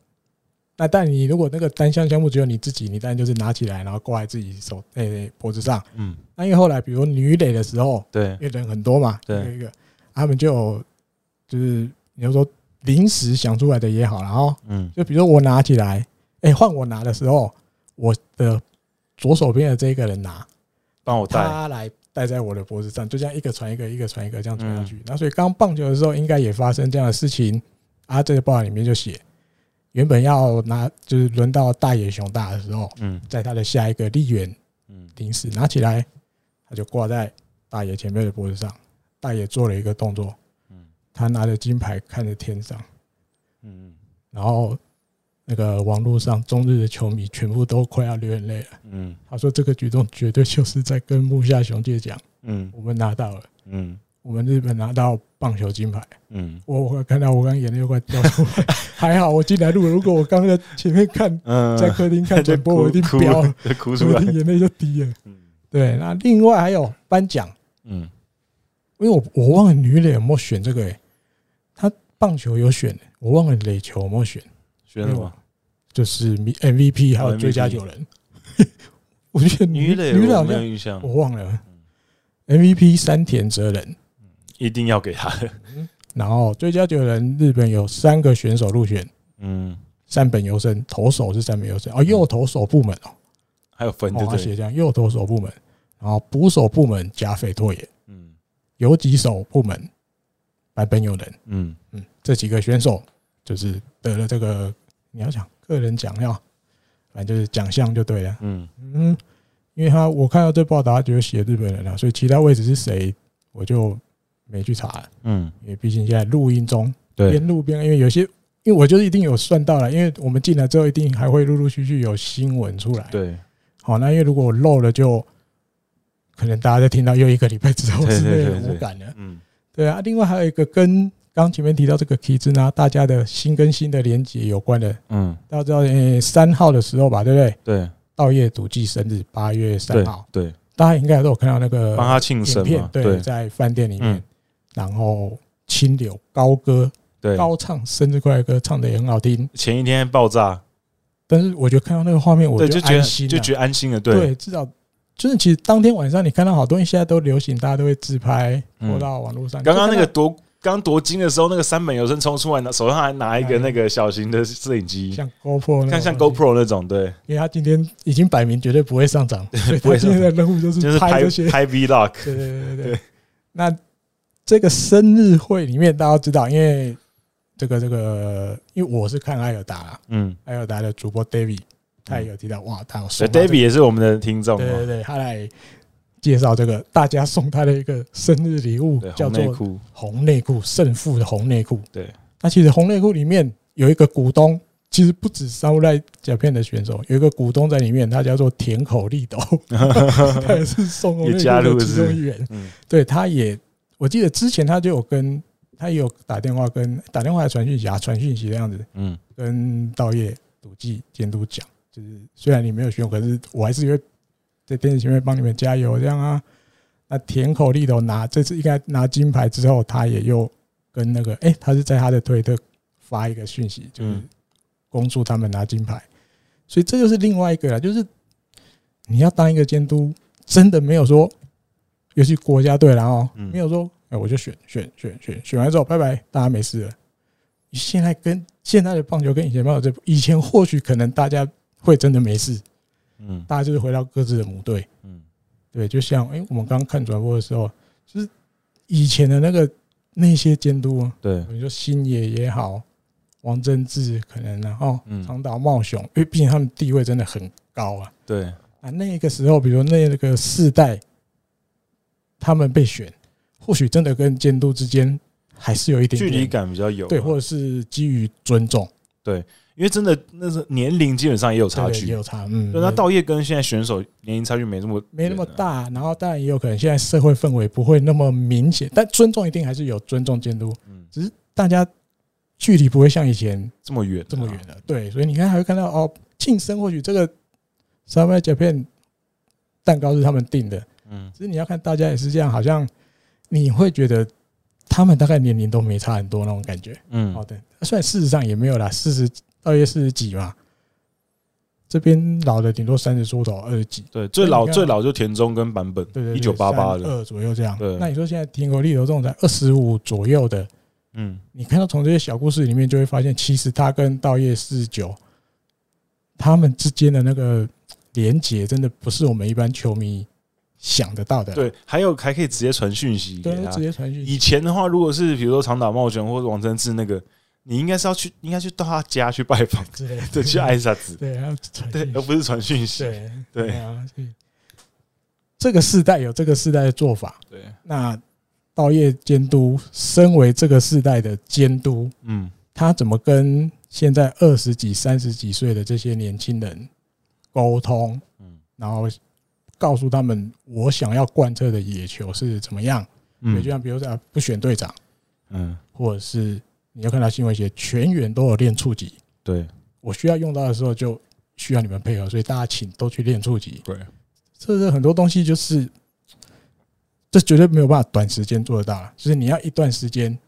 那但你如果那个单项项目只有你自己，你当然就是拿起来，然后挂在自己手诶、脖子上。嗯，那因为后来比如女垒的时候，对因为人很多嘛，对一个一个，他们就有就是你要说临时想出来的也好，然后嗯，就比如说我拿起来，哎、换我拿的时候，我的左手边的这个人拿，帮我带，他来戴在我的脖子上，就这样一个传一个，一个传一个，这样传下去。那所以刚棒球的时候，应该也发生这样的事情啊。这个报道里面就写，原本要拿就是轮到大野熊大的时候，嗯在他的下一个立员嗯，临时拿起来，他就挂在大野前辈的脖子上。大野做了一个动作嗯，他拿着金牌看着天上，嗯然后那个网络上中日的球迷全部都快要流眼泪了。嗯他说这个举动绝对就是在跟木下雄介讲，嗯我们拿到了。嗯我们日本拿到棒球金牌，嗯我我看到我刚眼泪又快掉出来， *laughs* 还好我进来录，如果我刚在前面看嗯，在客厅看转播，我一定哭 *laughs* 飙了，，哭出我来一，定眼泪就滴了。嗯对，那另外还有颁奖，嗯因为我我忘了女垒有没有选这个诶、欸他棒球有选、我忘了垒球有没有选，选了吗？就是哎 M- MVP 哦还有最佳九人。 *laughs* 我觉得女垒垒女垒我好没有嗯像印象，我忘了 MVP 山田哲人，一定要给他的。然后最佳九人日本有三个选手入选，嗯，山本优生投手是山本优生哦，右投手部门哦，还有分哦嗯对不他对？写这样右投手部门，然后捕手部门加斐拓也，嗯游击手部门坂本有人，嗯，嗯，这几个选手就是得了这个你要讲个人奖要，反正就是奖项就对了。嗯，嗯，因为他我看到这报道，他就写日本人啊了，所以其他位置是谁我就没去查了，嗯，因为毕竟现在录音中，对，边录边，因为有些，因为我就是一定有算到了，因为我们进来之后一定还会陆陆续续有新闻出来。，对，好，那因为如果我漏了就，可能大家在听到又一个礼拜之后对是对类对的对无感了。嗯，对啊，另外还有一个跟刚前面提到这个 key 字呢，大家的新跟新的连接有关的，嗯，大家知道，诶，三号的时候吧，对不对？对，道业主祭生日，八月三对号，，对，大家应该都有看到那个帮他庆影生片嘛，，对，对，在饭店里面嗯，然后清流高歌，对，高唱生日快乐歌，唱的也很好听。前一天爆炸，但是我觉得看到那个画面，我对，就觉安得心、啊，就觉得安心了，对对，至少就是其实当天晚上你看到好多人现在都流行，大家都会自拍嗯播到网络上。 *laughs* 刚刚那就个看夺刚夺金的时候，那个三本有生冲出来，拿手上还拿一哎个那个小型的摄影到机，像 GoPro，那看像种东西 GoPro 那种，对，因为他今天已经摆明绝对不会上涨，所以 *laughs* 不他会今天上的任务就是就是拍拍这些。拍 Vlog， *laughs* 对对对对对对。那这个生日会里面，大家都知道，因为这个这个，因为我是看艾尔达啦，嗯，艾尔达的主播 David，他也有提到，哇，他有送所以到这个嗯 David 也是我们的听众啊对对嘛，对，他来介绍这个大家送他的一个生日礼物对，，叫红内做裤，红内裤，胜负的红内裤。对，那其实红内裤里面有一个股东，其实不止三无赖甲片的选手，有一个股东在里面，他叫做田口利 *laughs* 斗，他也是送红内裤也加入的其是中一员。嗯对，他也，我记得之前他就有跟他也有打电话跟打电话还传讯息啊，传讯息这样子，嗯，跟道业赌技监督讲，就是虽然你没有选我，可是我还是会在电视前面帮你们加油这样啊。那田口利斗拿这次应该拿金牌之后，他也又跟那个哎、他是在他的推特发一个讯息，就是嗯恭祝他们拿金牌，所以这就是另外一个了，就是你要当一个监督，真的没有说，尤其国家队然后嗯没有说，哎、我就选选选选选完之后，拜拜，大家没事了。现在跟现在的棒球跟以前棒球这以前或许可能大家会真的没事，嗯大家就是回到各自的母队，嗯，对，就像哎、我们刚刚看转播的时候，就是以前的那个那些监督啊，对，比如说星野也好，王贞治可能然后嗯长岛茂雄，因为毕竟他们地位真的很高啊。对，啊，那个时候，比如那个世代，他们被选，或许真的跟监督之间还是有一点距点离，感比较有，啊对，或者是基于尊重，因为真的那是年龄基本上也有差对距也，有差，嗯，对，那道业跟现在选手年龄差距没那么没那么远啊，大，然后当然也有可能现在社会氛围不会那么明显，但尊重一定还是有尊重监督，嗯，大家距离不会像以前这么远，啊这么远，了，啊对，所以你看还会看到哦，庆生或许这个 Summer Japan 蛋糕是他们定的，嗯，其实你要看大家也是这样，好像你会觉得他们大概年龄都没差很多那种感觉。嗯好，的，虽然事实上也没有啦，四十二月四十几嘛，这边老的顶多三十出头，二十几，对，最你老看啊最老就田中跟版本对对一九八八的，二左右这样对。那你说现在停口利头这种才二十五左右的，嗯，你看到从这些小故事里面就会发现，其实他跟道业四九他们之间的那个连结，真的不是我们一般球迷想得到的。对，还有还可以直接传讯息对给，他直。接传讯息以前的话，如果是比如说长岛茂雄或者王贞治那个，你应该是要去，应该去到他家去拜访，之类的，对，去挨啥子， *laughs* 对，还有传对，讯而不是传讯息，对 *laughs* 对啊，所以这个世代有这个世代的做法，对，那道业监督身为这个世代的监督，嗯，他怎么跟现在二十几、三十几岁的这些年轻人沟通，嗯然后告诉他们我想要贯彻的野球是怎么样？所以就嗯像比如说啊不选队长，嗯，或者是你要看到新闻写全员都有练触及，对我需要用到的时候就需要你们配合，所以大家请都去练触及。对，这是很多东西就是这绝对没有办法短时间做得到啊，就是你要一段时间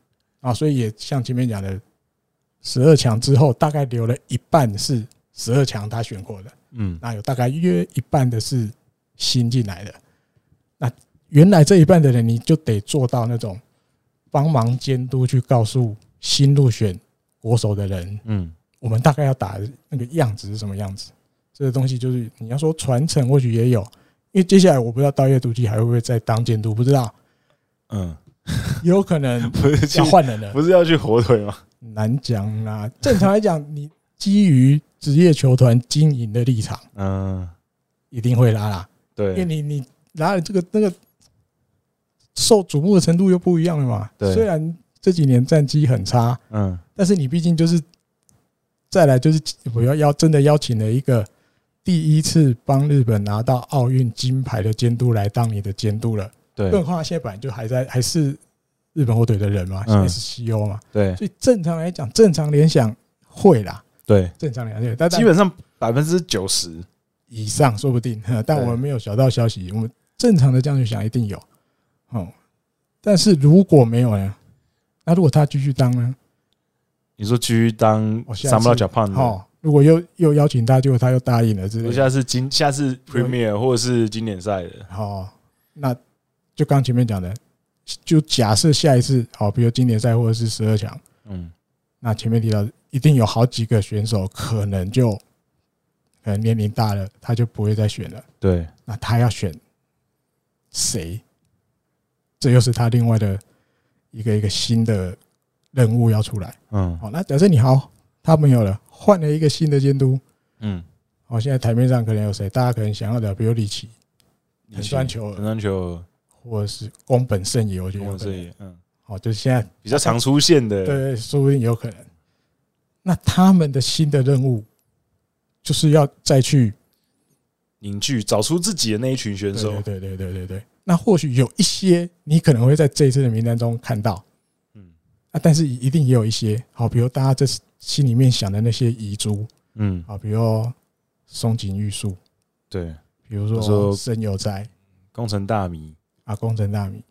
啊，所以也像前面讲的，十二强之后大概留了一半是十二强他选过的，嗯，那有大概约一半的是新进来的，那原来这一半的人，你就得做到那种帮忙监督，去告诉新入选国手的人，嗯，我们大概要打的那个样子是什么样子。这个东西就是你要说传承，或许也有，因为接下来我不知道道业读机还会不会再当监督，不知道，嗯，有可能 *laughs* 不是去要换人了，不是要去火腿吗？难讲啦。正常来讲，你基于职业球团经营的立场，嗯，一定会拉啦。因为对，你你拿了这个那个受瞩目的程度又不一样了嘛。对虽然这几年战绩很差，嗯，但是你毕竟就是再来就是我要邀真的邀请了一个第一次帮日本拿到奥运金牌的监督来当你的监督了。更对何况他现在本来就还在还是日本火腿的人嘛，嗯现在是西欧嘛，对所以正常来讲，正常联想会啦，对，正常联想会，但但基本上百分之九十，以上说不定，呵但对我们没有小道消息，我们正常的这样去想一定有，哦，但是如果没有呢？那如果他继续当呢？你说继续当我下次三不到脚胖的，哦，如果又又邀请他，结果他又答应了之嗯我类的，下次今下次 Premier 或者是经典赛的，哦，那就刚前面讲的，就假设下一次，好、比如经典赛或者是十二强，嗯，那前面提到一定有好几个选手可能就可能年龄大了，他就不会再选了。对，那他要选谁？这又是他另外的一个一个新的任务要出来。嗯好，那假设你好，他没有了，换了一个新的监督。嗯，好，现在台面上可能有谁？大家可能想要的，比如李琦、横川球横川球，或者是宫本胜也，我觉得有我们可这能。里，嗯，好，就是现在比较常出现的，对，对说不定有可能。那他们的新的任务就是要再去凝聚，找出自己的那一群选手，对对对对对对。那或许有一些你可能会在这一次的名单中看到，嗯啊，但是一定也有一些，好，比如大家这心里面想的那些遗珠，嗯，啊，比如松井玉树，对，比如我说说深有斋工程大迷，啊，宫城大米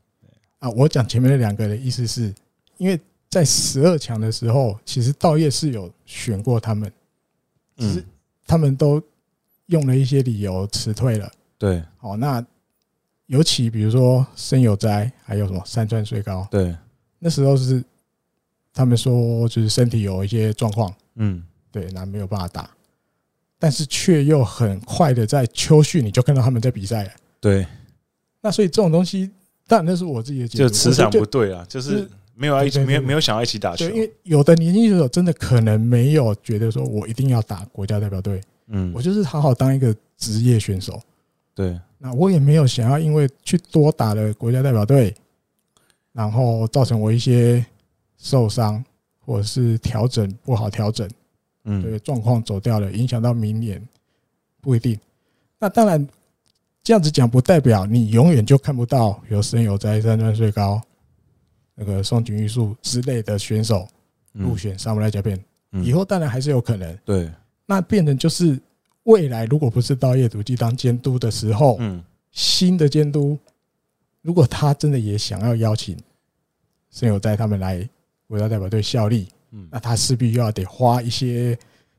啊，我讲前面的两个的意思是，因为在十二强的时候，其实道业是有选过他们，只是嗯，他们都用了一些理由辞退了。对好，那尤其比如说深有斋，还有什么山川水高，对，那时候是他们说就是身体有一些状况，嗯，对，那没有办法打，但是却又很快的在秋训你就看到他们在比赛了。对，那所以这种东西，当然那是我自己的解读，就磁场我觉不得对啊，就是是没有要一起，对对对没有没有想要一起打球对，，因为有的年轻选手真的可能没有觉得说我一定要打国家代表队，嗯我，就是好好当一个职业选手。对，那我也没有想要因为去多打了国家代表队，然后造成我一些受伤或者是调整不好调整，嗯对状况走掉了，影响到明年不一定。那当然，这样子讲不代表你永远就看不到有深有哉、三川穗高、那个松井玉树之类的选手入嗯，选哦上不来甲片，嗯以后当然还是有可能。对，那变成就是未来如果不是到业主机当监督的时候，嗯，新的监督，如果他真的也想要邀请申有在他们来国家代表队效力，嗯那，他势必又要得花一些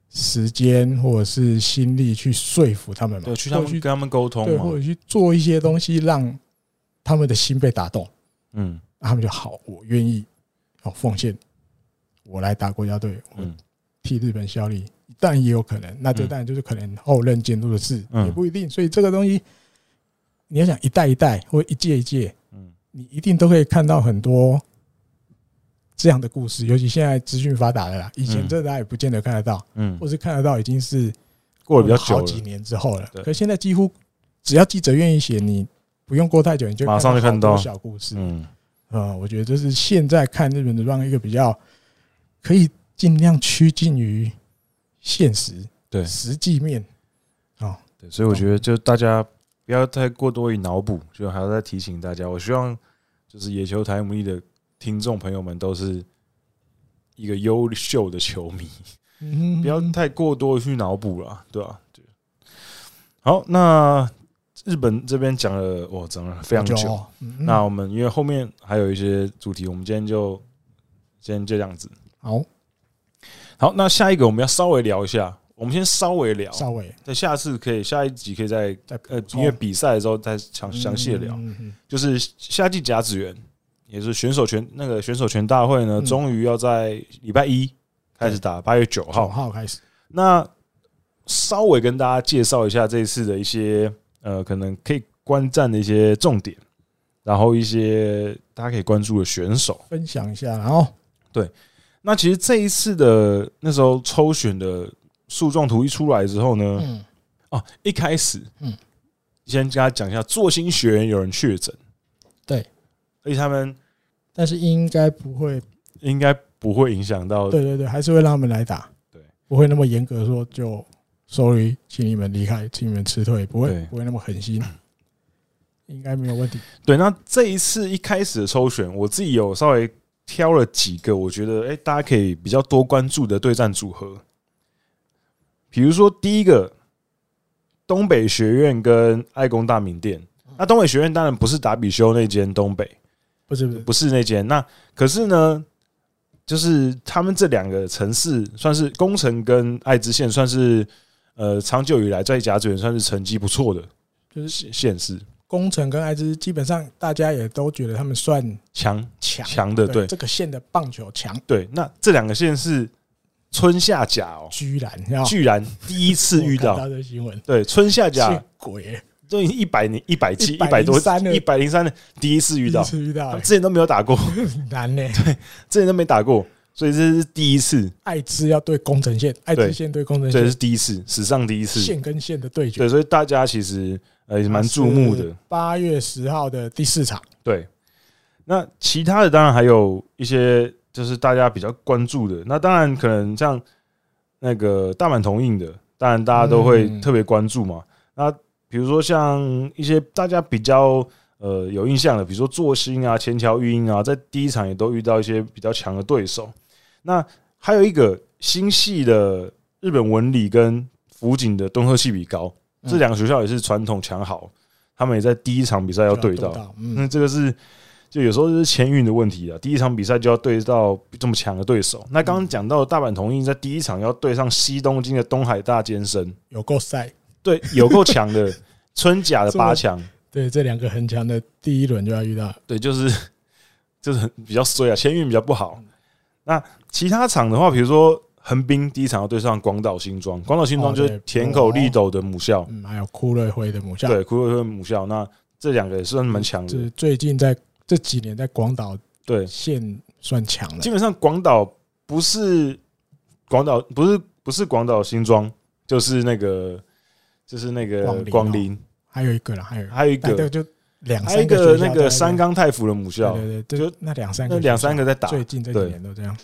时间或者是心力去说服他们嘛，对，去他们或者跟去他们沟通对，或嘛，者去做一些东西让他们的心被打动，嗯那他们就好，我愿意，好奉献，我来打国家队，我嗯替日本效力，当然也有可能。那这嗯当然就是可能后任监督的事，嗯也不一定。所以这个东西，你要想一代一代或一届一届，嗯，你一定都可以看到很多这样的故事。尤其现在资讯发达了啦，以前嗯这大家也不见得看得到，嗯或，是看得到已经是过得比较久好了几，年之后了。对可是现在几乎只要记者愿意写，你不用过太久，你就马上就看到好多小故事。嗯呃，我觉得这是现在看日本职棒一个比较可以尽量趋近于现实，对实际面。哦，对，所以我觉得就大家不要太过多于脑补，就还要再提醒大家，我希望就是野球台姆利的听众朋友们都是一个优秀的球迷，嗯不要太过多地去脑补了，对吧、对好，那日本这边讲了，我讲了非常久。哦，嗯嗯那我们因为后面还有一些主题，我们今天就今天就这样子。好，好，那下一个我们要稍微聊一下，我们先稍微聊，稍微在下次可以下一集可以在再呃补，充因为比赛的时候再详详细的聊。嗯嗯嗯就是夏季甲子园，也是选手权那个选手权大会呢，嗯终于要在礼拜一开始打，八月九九号。号开始，那稍微跟大家介绍一下这一次的一些呃，可能可以观战的一些重点，然后一些大家可以关注的选手。分享一下，然哦后那其实这一次的那时候抽选的树状图一出来之后呢，嗯，哦，一开始，嗯嗯，先跟大家讲一下，做新学员有人确诊，对，而且他们但是应该不会，应该不会影响到对对对，还是会让他们来打，对，不会那么严格说就 sorry，请你们离开，请你们辞退，不会对不会那么狠心，应该没有问题，对，那这一次一开始的抽选，我自己有稍微挑了几个，我觉得哎、诶大家可以比较多关注的对战组合。比如说第一个，东北学院跟爱工大名店。那东北学院当然不是达比修那间东北，不是不是，不是那间。那可是呢，就是他们这两个城市算是宫城跟爱知县，算是呃长久以来在甲子园算是成绩不错的就是县县市，工程跟艾滋，基本上大家也都觉得他们算强强，强的对。这个县的棒球强，对，那这两个县是春夏甲哦，居然要居然第一次遇哦我看到。到这新闻，对，春夏甲是鬼都已经一百年、一百七、一百多103、了一百零三的第一次遇第到一，次遇他到 *laughs* 们，之前都没有打过，很难呢。之前都没打过，所以这是第一次，艾滋要对工程线，艾滋对线对工程这线是，第一次，史上第一次。线跟线的对决，对，所以大家其实呃也蛮注目的。。八月十号的第四场，对，那其他的当然还有一些就是大家比较关注的，那当然可能像那个大阪同印的，当然大家都会嗯特别关注嘛。那比如说像一些大家比较呃有印象的，比如说作新啊、前桥育英啊，在第一场也都遇到一些比较强的对手。那还有一个新系的日本文理跟福井的东贺系比高，嗯这两个学校也是传统强豪，他们也在第一场比赛要对到。，嗯那这个是就有时候就是签运的问题了。啊第一场比赛就要对到这么强的对手。那嗯刚刚讲到的大阪同印在第一场要对上西东京的东海大尖生，有够塞。对， *laughs* 有够强的春甲的八强，对，这两个很强的第一轮就要遇到，对，就是 *laughs* 就是很比较衰啊，签运比较不好。嗯那其他场的话，比如说横滨第一场要对上广岛新庄，广岛新庄哦就是对田口立斗的母校，嗯，还有库勒辉的母校，对，库克的母校。那这两个也算蛮强嗯这的是，最近在这几年在广岛对。县算强了基，本上广岛不是广岛，不是不是广岛新庄，就是那个就是那广陵个哦广陵，还有一个了，还有一个还有一但这个就两还有三一个学校那在个山冈太辅的母对校，对对，就就那两三个那两学校三个在打，最近这几对年都这样，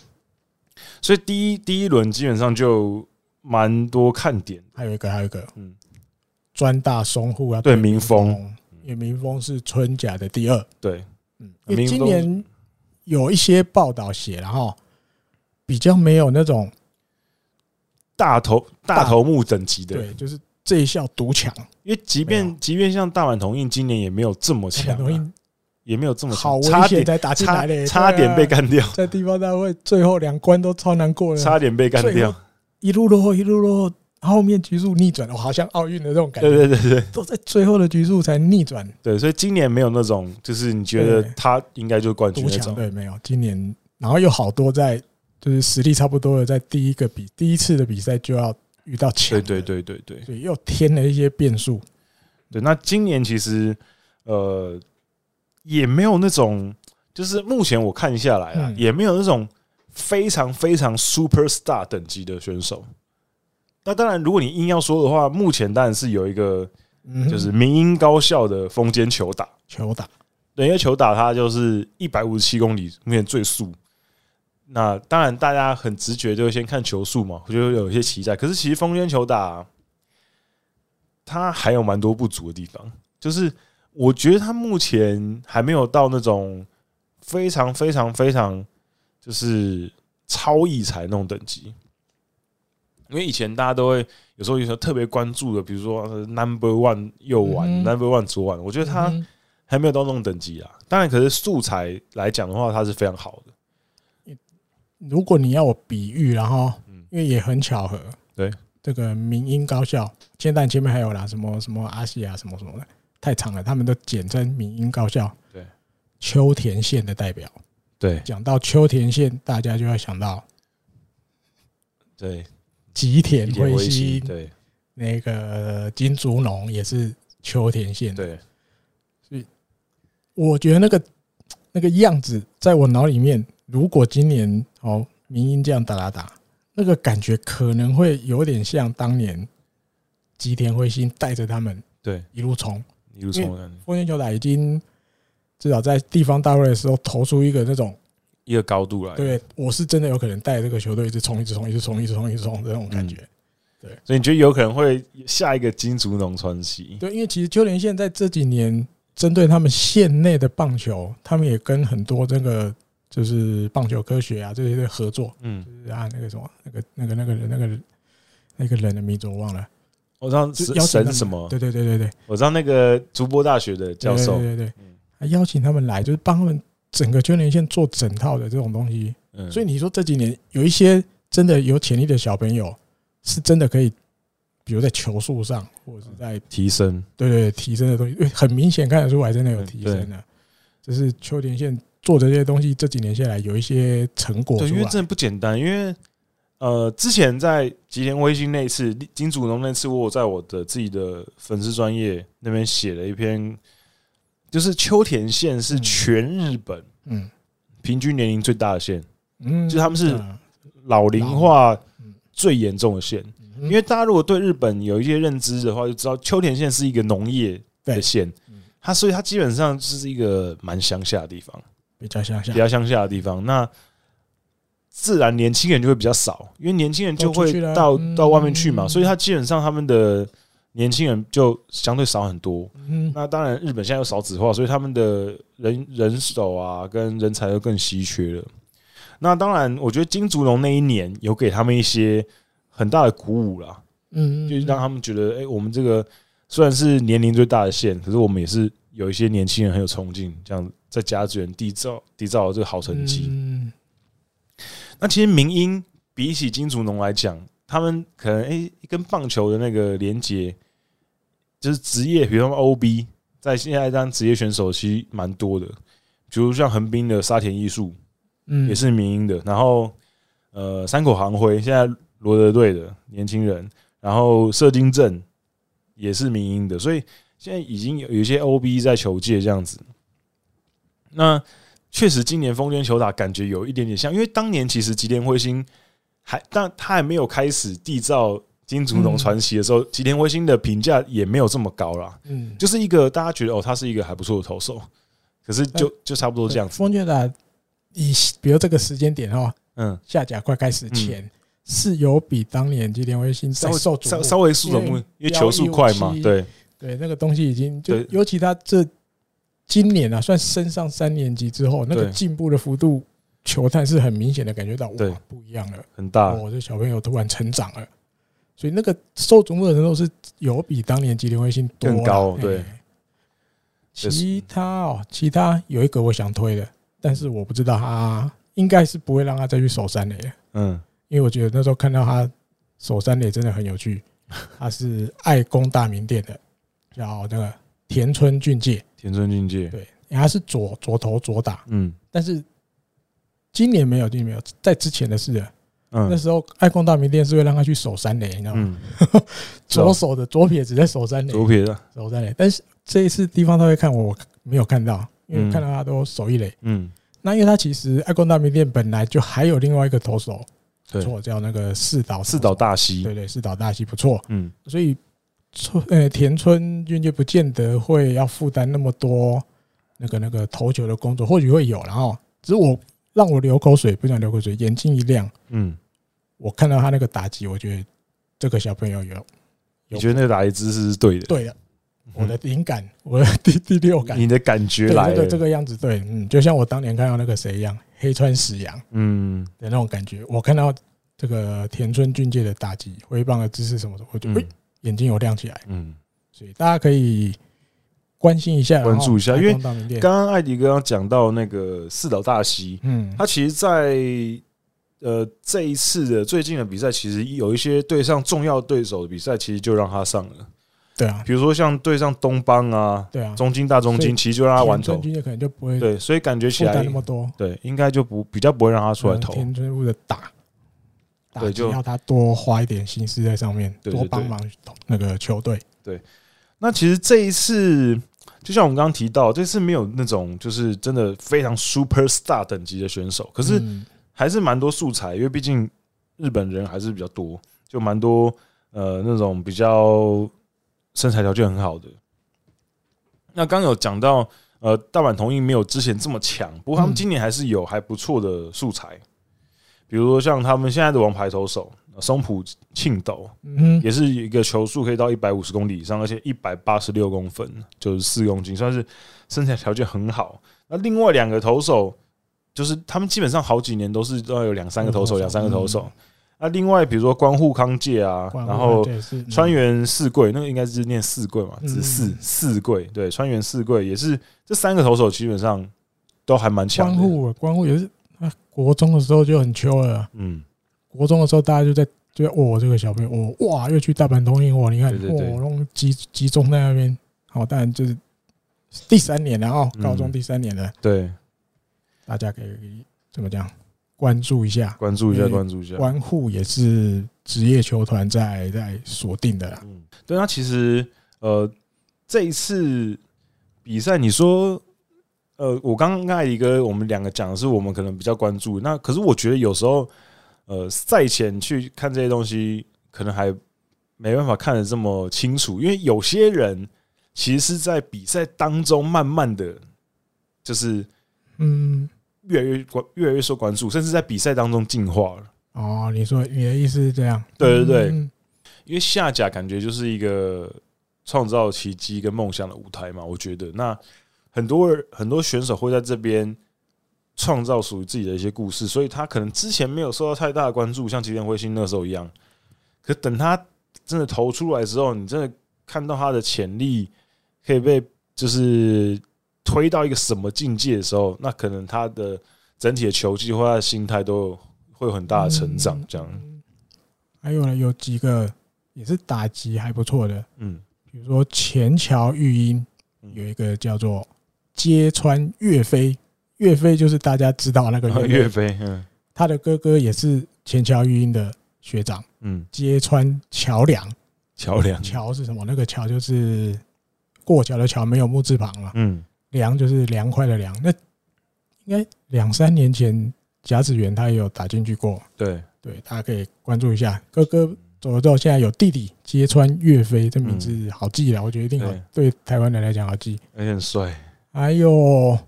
所以第一第一轮基本上就蛮多看点，还有一个还有一个，嗯，专大松户啊，对民民丰，因为民丰是春甲的第二，对嗯，因啊民丰为今年有一些报道写了哈，比较没有那种大头大头目等级的，对，就是这一校独强，因为即没有便即便像大阪同印今年也没有这么强很容啊，易也没有这么好强，危差险点才打进来差嘞，对差啊点被干掉，在地方大会最后两关都超难过差了，点被干最掉后，一路落后一路落后，后面局数逆转，我好像奥运的这种感对觉，对对对。都在最后的局数才逆转对，所以今年没有那种，就是你觉得对他应该就是冠军独那强种。队没有，今年然后有好多在就是实力差不多的，在第一个比第一次的比赛就要遇到强对的，对对对对所以又添了一些变数，对。那今年其实呃也没有那种，就是目前我看下来啊，嗯也没有那种非常非常 super star 等级的选手。那当然，如果你硬要说的话，目前当然是有一个嗯哼，就是民英高校的风间球打，球打对，因为球打他就是一百五十七公里，目前最速。那当然，大家很直觉就会先看球速嘛，我觉得有一些期待。可是其实风间球打，他还有蛮多不足的地方，就是我觉得他目前还没有到那种非常非常非常就是超异才那种等级。因为以前大家都会，有时候有时候特别关注的，比如说呃 number one 右腕、嗯 number one 左腕，我觉得他嗯还没有到那种等级啊。当然，可是素材来讲的话，它是非常好的。如果你要我比喻，然后嗯因为也很巧合，对这个民英高校，现在前面还有啦，什么什么阿西啊，什么什么的，太长了，他们都简称民英高校。对，秋田县的代表，对讲到秋田县，大家就要想到对，吉田一点辉微息，心，对那个金竹农也是秋田县的。对，我觉得那个那个样子，在我脑里面，如果今年哦民英这样打打打，那个感觉可能会有点像当年吉田辉星带着他们对一路冲。一路冲的感觉，丰田球打已经至少在地方大会的时候投出一个那种，一个高度来。，对我是真的有可能带这个球队一直冲、一直冲、一直冲、一直冲、一直冲的那种感觉。所以你觉得有可能会下一个金竹农传奇？对，因为其实秋田县在这几年针对他们县内的棒球，他们也跟很多这个就是棒球科学啊这些的合作，嗯，就是啊那个什么那个那个那个人那个人那个人的名字我忘了，我知道就神邀请他神们什么，对对对对对，我知道那个竹波大学的教授，对对对对嗯还邀请他们来，就是帮他们整个秋田县做整套的这种东西。嗯，所以你说这几年有一些真的有潜力的小朋友，是真的可以，比如在球速上，或者是在提升，对对，对提升的东西，因为很明显看得出来，真的有提升的。就是秋田县做这些东西，这几年下来有一些成果对，出因为来。真的不简单，因为。呃，之前在吉田威信那一次，金主农那次，我有在我的自己的粉丝专业那边写了一篇，就是秋田县是嗯全日本嗯平均年龄最大的县，嗯，就他们是嗯老龄化嗯最严重的县。嗯因为大家如果对日本有一些认知的话，就知道秋田县是一个农业的对县嗯，它所以它基本上就是一个蛮乡下的地方，比较乡下比，较乡下的地方。那自然年轻人就会比较少，因为年轻人就都出会去了到嗯到外面去嘛，所以他基本上他们的年轻人就相对少很多。嗯那当然，日本现在有少子化，所以他们的人人手啊跟人才又更稀缺了。那当然，我觉得金竹龙那一年有给他们一些很大的鼓舞啦，嗯，就是让他们觉得，哎、我们这个虽然是年龄最大的县，可是我们也是有一些年轻人很有冲劲，这样在甲子园缔造缔造了这个好成绩。嗯那其实民英比起金竹农来讲，他们可能诶、跟棒球的那个连接，就是职业，比如他们 OB 在现在当职业选手其实蛮多的，比如像横滨的沙田艺术嗯也是民英的，然后呃山口航辉现在罗德队的年轻人，然后射精镇也是民英的，所以现在已经有有一些 OB 在球界这样子。那确实，今年风间球打感觉有一点点像，因为当年其实吉田辉星还，但他还没有开始缔造金竹龙传奇的时候，吉田辉星的评价也没有这么高啦，嗯，就是一个大家觉得哦，他是一个还不错的投手，可是就就差不多都这样子，风雀打以比如这个时间点哈，嗯，下甲快开始前，是有比当年吉田威星稍再微受瞩稍目稍微速度，因为球速快嘛因，为对，对，那个东西已经就对尤其他这今年啊，算升上三年级之后，那个对进步的幅度，球探是很明显的感觉到，对啊哇，不一样了，很大，哦，这小朋友突然成长了，所以那个受瞩目的程度是有比当年吉林卫星多啦更高对。嘿其他哦，其他有一个我想推的，但是我不知道他应该是不会让他再去守三垒了，嗯，因为我觉得那时候看到他守三垒真的很有 *laughs* 趣，他是爱工大名店的，叫那个田村俊介，田村俊介，对，他是左左投左打，嗯但是今年没有，今年没有，在之前的事了。那嗯时候爱工大名店是会让他去守三垒，你知道吗？嗯，啊左手的左撇子在守三垒，左撇的，守三垒。但是这一次地方他会看我，我没有看到，因为嗯我看到他都守一垒。嗯，那因为他其实爱工大名店本来就还有另外一个投手，不对错，叫那个四岛投手四岛，大西，对对，四岛大西不错，嗯，所以村呃田村俊介不见得会要负担那么多那个那个投球的工作，或许会有，然后只是我让我流口水，不想流口水，眼睛一亮，嗯，我看到他那个打击，我觉得这个小朋友有你觉得那个打击姿势是对的？对了，我的灵感，我的第第六感 *laughs* 你，的感觉对嗯来这个了，这个样子，对，嗯，就像我当年看到那个谁一样，黑川石洋嗯，的那种感觉，我看到这个田村俊介的打击、挥棒的姿势什么的，我就、嗯诶眼睛有亮起来，嗯，所以大家可以关心一下，关注一下然后因为台中大名店刚刚艾迪哥刚讲到那个四岛大西，嗯，他其实在呃这一次的最近的比赛，其实有一些对上重要对手的比赛，其实就让他上了，对啊，比如说像对上东邦啊、对啊，中金大中所以金，其实就让他玩田村头，俊介可能就不会对，所以感觉负起担来那么多，对，应该就不比较不会让他出来嗯投，田村负责打，打对击就要他多花一点心思在上面，对对多对帮忙那个球队，那其实这一次，就像我们刚刚提到，这次没有那种就是真的非常 super star 等级的选手，可可是还是蛮多素材，因为毕竟日本人还是比较多，就蛮多呃那种比较身材条件很好的。那刚有讲到，呃，大阪同意没有之前这么强，不过他们嗯今年还是有还不错的素材，比如说像他们现在的王牌投手呃松浦庆斗， *laughs* 嗯哼，也是一个球速可以到一百五十公里以上，而且一百八十六公分，就是四公斤，算是身材条件很好。那另外两个投手，就是他们基本上好几年都是都要有两三个投手，嗯两三个投手嗯。那另外比如说关户康介啊，关然户后这也是嗯川原四贵，那个应该是念四贵嘛，嗯子四四贵，对，川原四贵也是这三个投手基本上都还蛮强关的。户关户也是啊，国中的时候就很秋了。嗯，国中的时候，大家就在就在哦，这个小朋友哦，哇，又去大阪东英我，你看对对对哦，弄集集中在那边，好，当然就是第三年了哦，嗯高中第三年了，对，大家可以怎么讲，关注一下，关注一下，对关注一下。关户也是职业球团在在锁定的啦，嗯，对，那其实呃，这一次比赛，你说呃，我刚刚一个我们两个讲的是我们可能比较关注，那可是我觉得有时候呃赛前去看这些东西，可能还没办法看得这么清楚，因为有些人其实是在比赛当中慢慢的就是嗯，越来越关越来越受关注，甚至在比赛当中进化了。哦，你说你的意思是这样？对对对嗯因为下甲感觉就是一个创造奇迹跟梦想的舞台嘛，我觉得那很多人很多选手会在这边创造属于自己的一些故事，所以他可能之前没有受到太大的关注，像吉田辉星那时候一样。可等他真的投出来之后，你真的看到他的潜力可以被就是推到一个什么境界的时候，那可能他的整体的球技或他的心态都有会有很大的成长。这样，嗯还有呢，有几个也是打击还不错的，嗯，比如说前桥育英嗯有一个叫做揭穿岳飞，岳飞就是大家知道那个然后岳岳飞，飞，嗯他的哥哥也是前桥育英的学长，嗯，揭穿桥梁。桥梁，桥是什么？那个桥就是过桥的桥，没有木字旁嘛。嗯，梁就是凉快的凉。那应该两三年前甲子园他也有打进去过，对，对，大家可以关注一下。哥哥走了之后，现在有弟弟揭穿岳飞，这名字好记了，我觉得一定好，对台湾人来讲好记。而且很帅，还有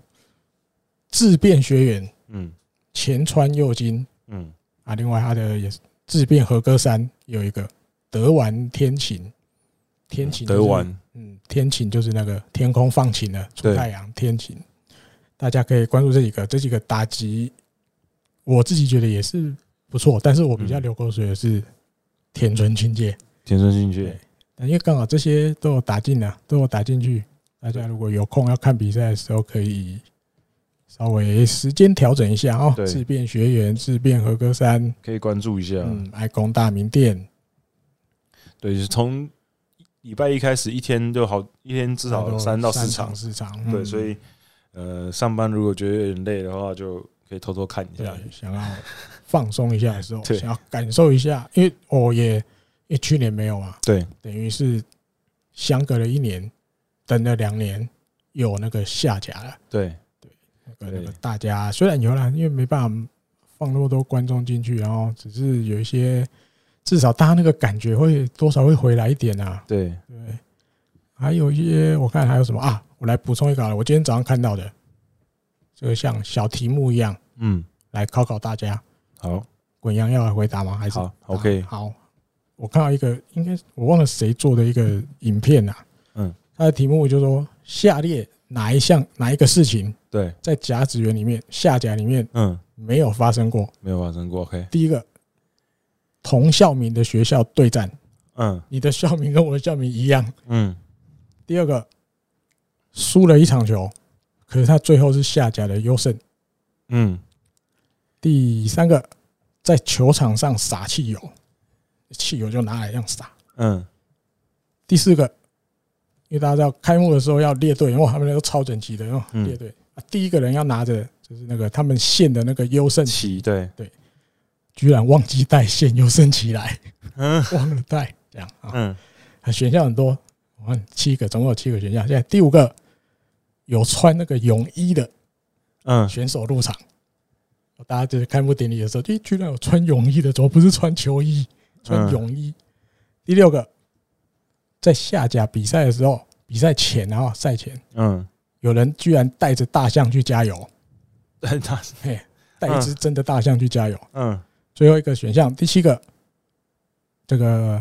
自辩学员嗯前川佑金嗯啊，另外他的也是自辩和歌山有一个德丸天晴，天晴、得，完，嗯，天晴就是那个天空放晴了，出太阳天晴，大家可以关注这几个，这几个打击，我自己觉得也是不错，但是我比较嗯流口水的是田村清介，田村俊介，因为刚好这些都有打进了，都有打进去。大家如果有空要看比赛的时候，可以稍微时间调整一下哦。对自变学员、自变合格山，可以关注一下。嗯，爱工大名店，对，就是从礼拜一开始，一天就好，一天至还少有三到四四场。四场。对，嗯所以呃，上班如果觉得有点累的话，就可以偷偷看一对下。想要放松一下的时候， *laughs* 对想要感受一下，因为我也因为去年没有嘛，对，等于是相隔了一年，等了两年，有那个下甲了。对，那个那对个大家虽然有啦，因为没办法放那么多观众进去，然后只是有一些，至少大家那个感觉会多少会回来一点啊。对，对，还有一些我看还有什么啊？我来补充一个好了，我今天早上看到的，这个像小题目一样嗯，来考考大家。好，滚羊要来回答吗？还是啊好，OK，好，我看到一个，应该是我忘了谁做的一个影片啊。嗯，它的题目就说下列哪一项哪一个事情对，在甲子园里面下甲里面嗯，没有发生过。没有发生过，OK，第一个，同校名的学校对战，嗯你的校名跟我的校名一样。嗯，第二个，输了一场球，可是他最后是下甲的优胜。嗯，第三个，在球场上撒汽油，汽油就拿来这样撒。嗯，第四个，因为大家知道开幕的时候要列队，哇，他们那个超整齐的哦，嗯列队、啊。第一个人要拿着就是那个他们县的那个优胜旗，奇对，居然忘记带县优胜旗来，嗯忘了带，这样啊，嗯选项很多，我看七个，总共有七个选项。现在第五个有穿那个泳衣的嗯，选手入场，大家就是开幕典礼的时候，咦，居然有穿泳衣的，怎么不是穿球衣，穿嗯泳衣？第六个，在下甲比赛的时候，比赛前然后赛前。 *laughs* 嗯，有人居然带着大象去加油，很大，带一只真的大象去加油。嗯最后一个选项，第七个，这个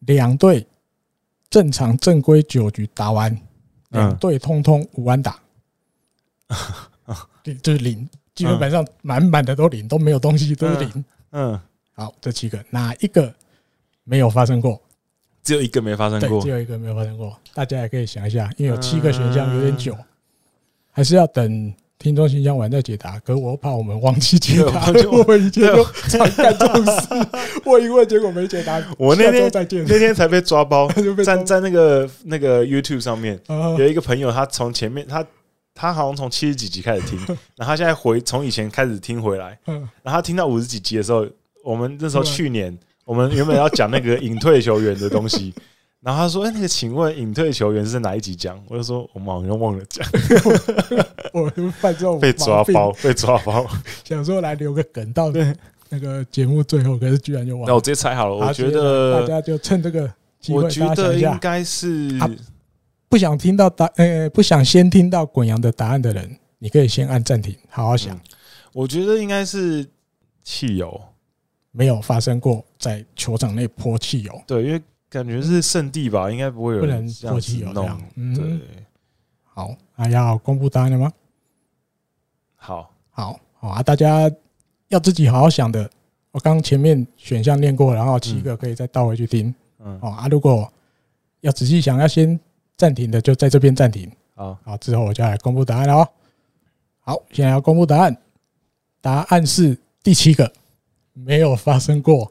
两队正常正规九局打完，嗯两队通通无安 *laughs* 打，就是零，基本上满满的都零，都没有东西，都是零。嗯，好，这七个哪一个没有发生过？只有一个没发生对，过只，有一个没有发生过。大家也可以想一下，因为有七个选项有点嗯久，还是要等听众信箱完再解答。可是我怕我们忘记解对答，我就 *laughs* 我们以前就常干这种事，问一问结果没解答，我那下周天再见， *laughs* 那天才被抓包，就被站在那个那个 YouTube 上面，啊 *laughs* 有一个朋友，他从前面他他好像从七十几集开始听，然后他现在回从以前开始听回来，嗯然后他听到五十几集的时候，我们那时候对去年我们原本要讲那个隐退球员的东西。然后他说：“哎、那个，请问隐退球员是哪一集讲？”我就说：“我们好像忘了讲，我就犯这种被抓毛病包，，被抓包。想说来留个梗到那个节目最后，可是居然就”忘那了我。直接猜好了，好我觉大得，家就趁这个机会，我大觉家想得一应下，该是啊不想听到答，呃，不想先听到滚阳的答案的人，你可以先按暂停，好好想。嗯我觉得应该是汽油，没有发生过在球场内泼汽油，对，因为感觉是圣地吧，应该不会有不能人这样泼汽子油这弄样。。嗯，对，好，啊，要公布答案了吗？好，好，好啊，大家要自己好好想的。我刚前面选项念过，然后七个可以再倒回去听。嗯，哦啊，如果要仔细想，要先暂停的就在这边暂停。好，好，之后我就来公布答案了哦。好，现在要公布答案，答案是第七个，没有发生过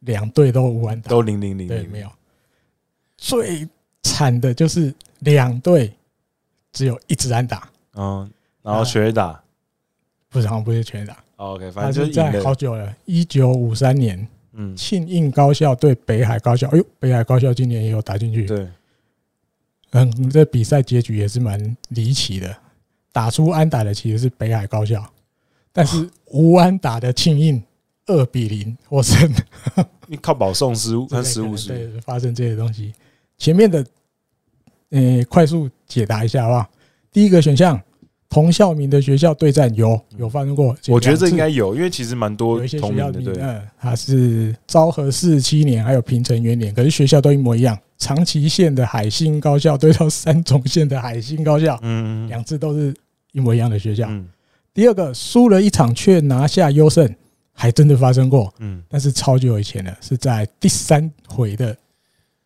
两队都无安打。都零零零对，零，没有。最惨的就是两队只有一支安打，嗯，然后学打、不是好像不是全打， o k 反他正是就是赢啊在了好，久了，一九五三年嗯，庆应高校对北海高校，哎呦，北海高校今年也有打进去，对，嗯，这比赛结局也是蛮离奇的，打出安打的其实是北海高校，但是无安打的庆应二比零获胜。你靠保送失误，之类他失可误能是，对发生这些东西。前面的，呃，快速解答一下好不好？第一个选项，同校名的学校对战有有发生过，我觉得这应该两有，因为其实蛮多次有一些同学校名名的，对，呃，它是昭和四十七年还有平成元年，可是学校都一模一样。长崎县的海星高校对到三重县的海星高校，嗯，两次都是一模一样的学校。嗯第二个，输了一场却拿下优胜，还真的发生过。嗯，但是超久以前了，是在第三回的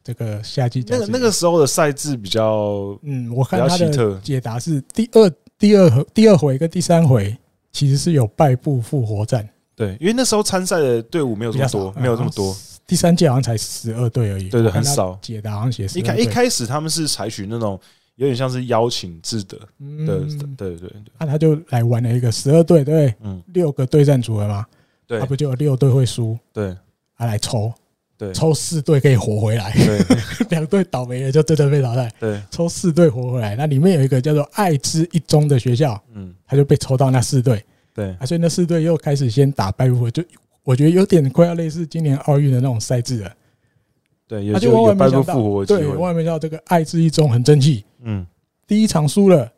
这个夏季那甲个子园那个，时候的赛制比较，嗯，我比看较他奇特的解答是第二、第二回、第二回跟第三回其实是有败部复活战，对，因为那时候参赛的队伍没有比这较么少嗯多，，没有这么多好，像第三届好像才十二队而已，对对我看他很少解答好像写十一二开队一开始他们是采取那种有点像是邀请制的，对嗯，对对对，那他就来玩了一个十二队，对不对，嗯，六个对战组合嘛，对他啊不就有六队会输，对他来抽，对抽四队可以活回来，*laughs* 对两队倒霉了就真的被淘汰。对，抽四队活回来，那里面有一个叫做爱知一中的学校，嗯他就被抽到那四队对，啊，所以那四队又开始先打败部分，就我觉得有点快要类似今年奥运的那种赛制了。对，他也啊就就万有万没败部想到，复活的机对，万会，万没想到这个爱知一中很争气，嗯，第一场输了，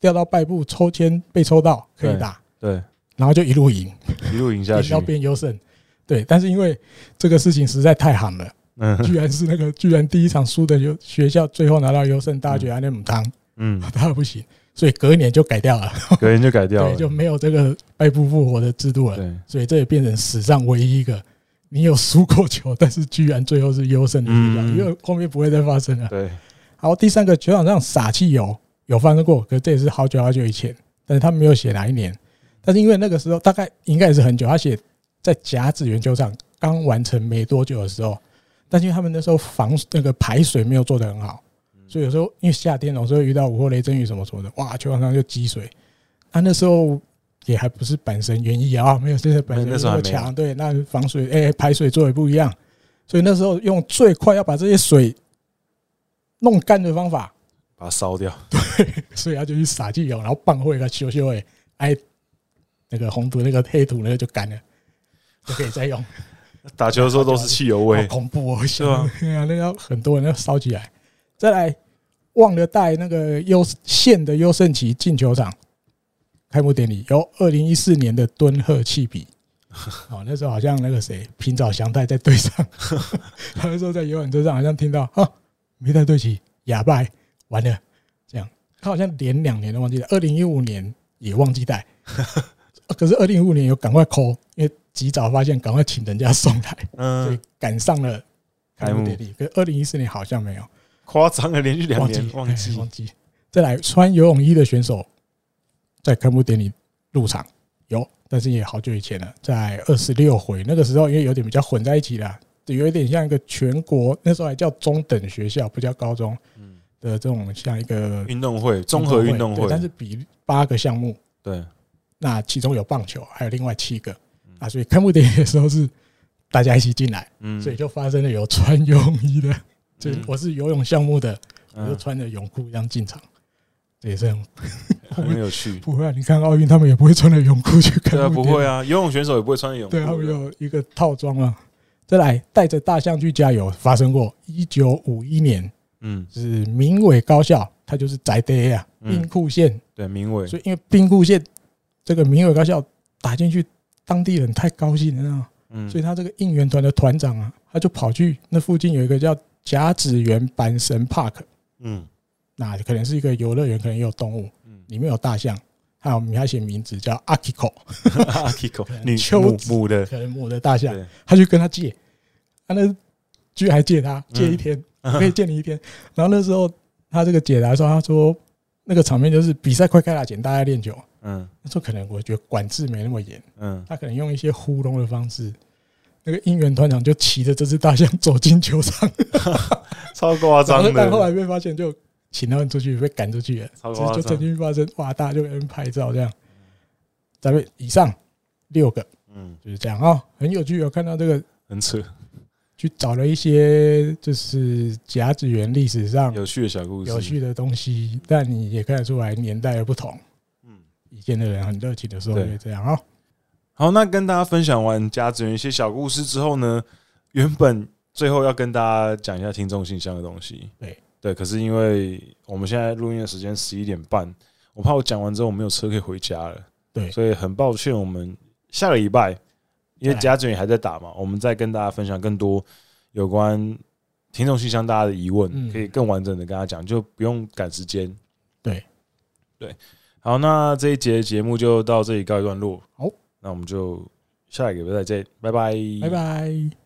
掉到败部抽签被抽到可以对打，对，然后就一路赢，一路赢下赢去到，变优胜。对，但是因为这个事情实在太喊了， *laughs* 嗯居然是那个居然第一场输的优学校最后拿到优胜，大家觉得那母 *laughs* 汤，嗯，当然不行，所以隔年就改掉了。隔天就改掉 *laughs* 对，*laughs* 了，就没有这个败部复活的制度了。对，所以这也变成史上唯一一个你有输过球，但是居然最后是优胜的结果，嗯因为后面不会再发生了。对，好，第三个球场上撒汽油有发生过，可是这也是好久好久以前，但是他没有写哪一年。但是因为那个时候大概应该也是很久，他写在甲子园球场刚完成没多久的时候，但因为他们那时候防那个排水没有做得很好，嗯所以有时候因为夏天有时候遇到午后雷阵雨什么什么的，哇，球场上就积水。他、那时候也还不是阪神园艺啊，没有现在阪神那园艺时那候还么没有强，对，那防水哎、排水做的不一样，所以那时候用最快要把这些水弄干的方法，把它烧掉。 *laughs* 所以他就去撒汽油，然后棒会给它修修哎，哎，那个红土那个黑土那个就干了，就可以再用。打球的时候都是汽油好味，恐怖哦！是 *laughs* 吗对啊，那个要很多人要烧起来。再来，忘了带那个优县的优胜旗进球场开幕典礼，由二零一四年的敦贺弃 *laughs* 笔。哦，那时候好像那个谁平沼祥太在队上， *laughs* 他那时候在游泳车上好像听到啊，没带队旗，哑巴，完了，这样他好像连两年都忘记带，二零一五年也忘记 *laughs* 带，啊可是二零一五年有赶快抠，因为及早发现，赶快请人家送来，所以 *laughs* 嗯，赶上了开开幕幕典礼。可二零一四年好像没有，夸张的连续两忘记年忘哎记忘记。再来，穿游泳衣的选手在开幕典礼入场有，但是也好久以前了，在二十六回那个时候，因为有点比较混在一起了，有一点像一个全国那时候还叫中等学校，不叫高中嗯的这种像一个运动会综合运动对会，但是比八个项目，对那其中有棒球，还有另外七个嗯啊，所以开幕典礼的时候是大家一起进来。嗯，所以就发生了有穿游泳衣的，就是嗯我是游泳项目的，我就嗯穿着泳裤这样进场，这也是很很有趣。不会啊！你看奥运，他们也 *laughs* 不会穿着泳裤去看，对啊，不会，啊，游泳选手也不会穿泳裤对啊的，他们有一个套装啊。再来，带着大象去加油，发生过一九五一年，嗯，是明伟高校，它就是宅爹啊，嗯兵库县，对，明伟所以因为兵库县这个明伟高校打进去，当地人太高兴了啊。嗯，所以他这个应援团的团长啊，他就跑去那附近有一个叫甲子园阪神 Park， *laughs* 嗯那可能是一个游乐园，可能也有动物，嗯里面有大象，还有他写名字叫 Akiko，啊，Kiko 可能女秋母子母的，可能母的大象，对，他去跟他借，他那居然还借他嗯借一 *laughs* 天，我可以借你一天。然后那时候他这个解答说，他说那个场面就是比赛快开打前大家练球，嗯那时候可能我觉得管制没那么严。嗯，他可能用一些糊弄的方式，那个应援团长就骑着这只大象走进球场，超夸然后张但后的，来被发现就请他们出去，被赶出去了，超这夸就曾张，经发生，哇，大家就跟人拍照这样。咱们以上六个嗯，就是这样啊、哦，很有趣哦，有看到这个很扯，去找了一些就是甲子园历史上有趣的小故事，有趣，的东西，但你也看得出来年代的不同。嗯。以前的人很热情的时候就对会这样啊、哦，好，那跟大家分享完家子园一些小故事之后呢，原本最后要跟大家讲一下听众信箱的东西。对对，可是因为我们现在录音的时间十一点半，我怕我讲完之后我没有车可以回家了。对所以很抱歉，我们下个礼拜，因为家子园还在打嘛，我们再跟大家分享更多有关听众信箱大家的疑问，嗯可以更完整的跟他讲，就不用赶时间。对，对。好，那这一节节目就到这里告一段落。好，那我们就下一个礼拜再见，拜拜，拜拜。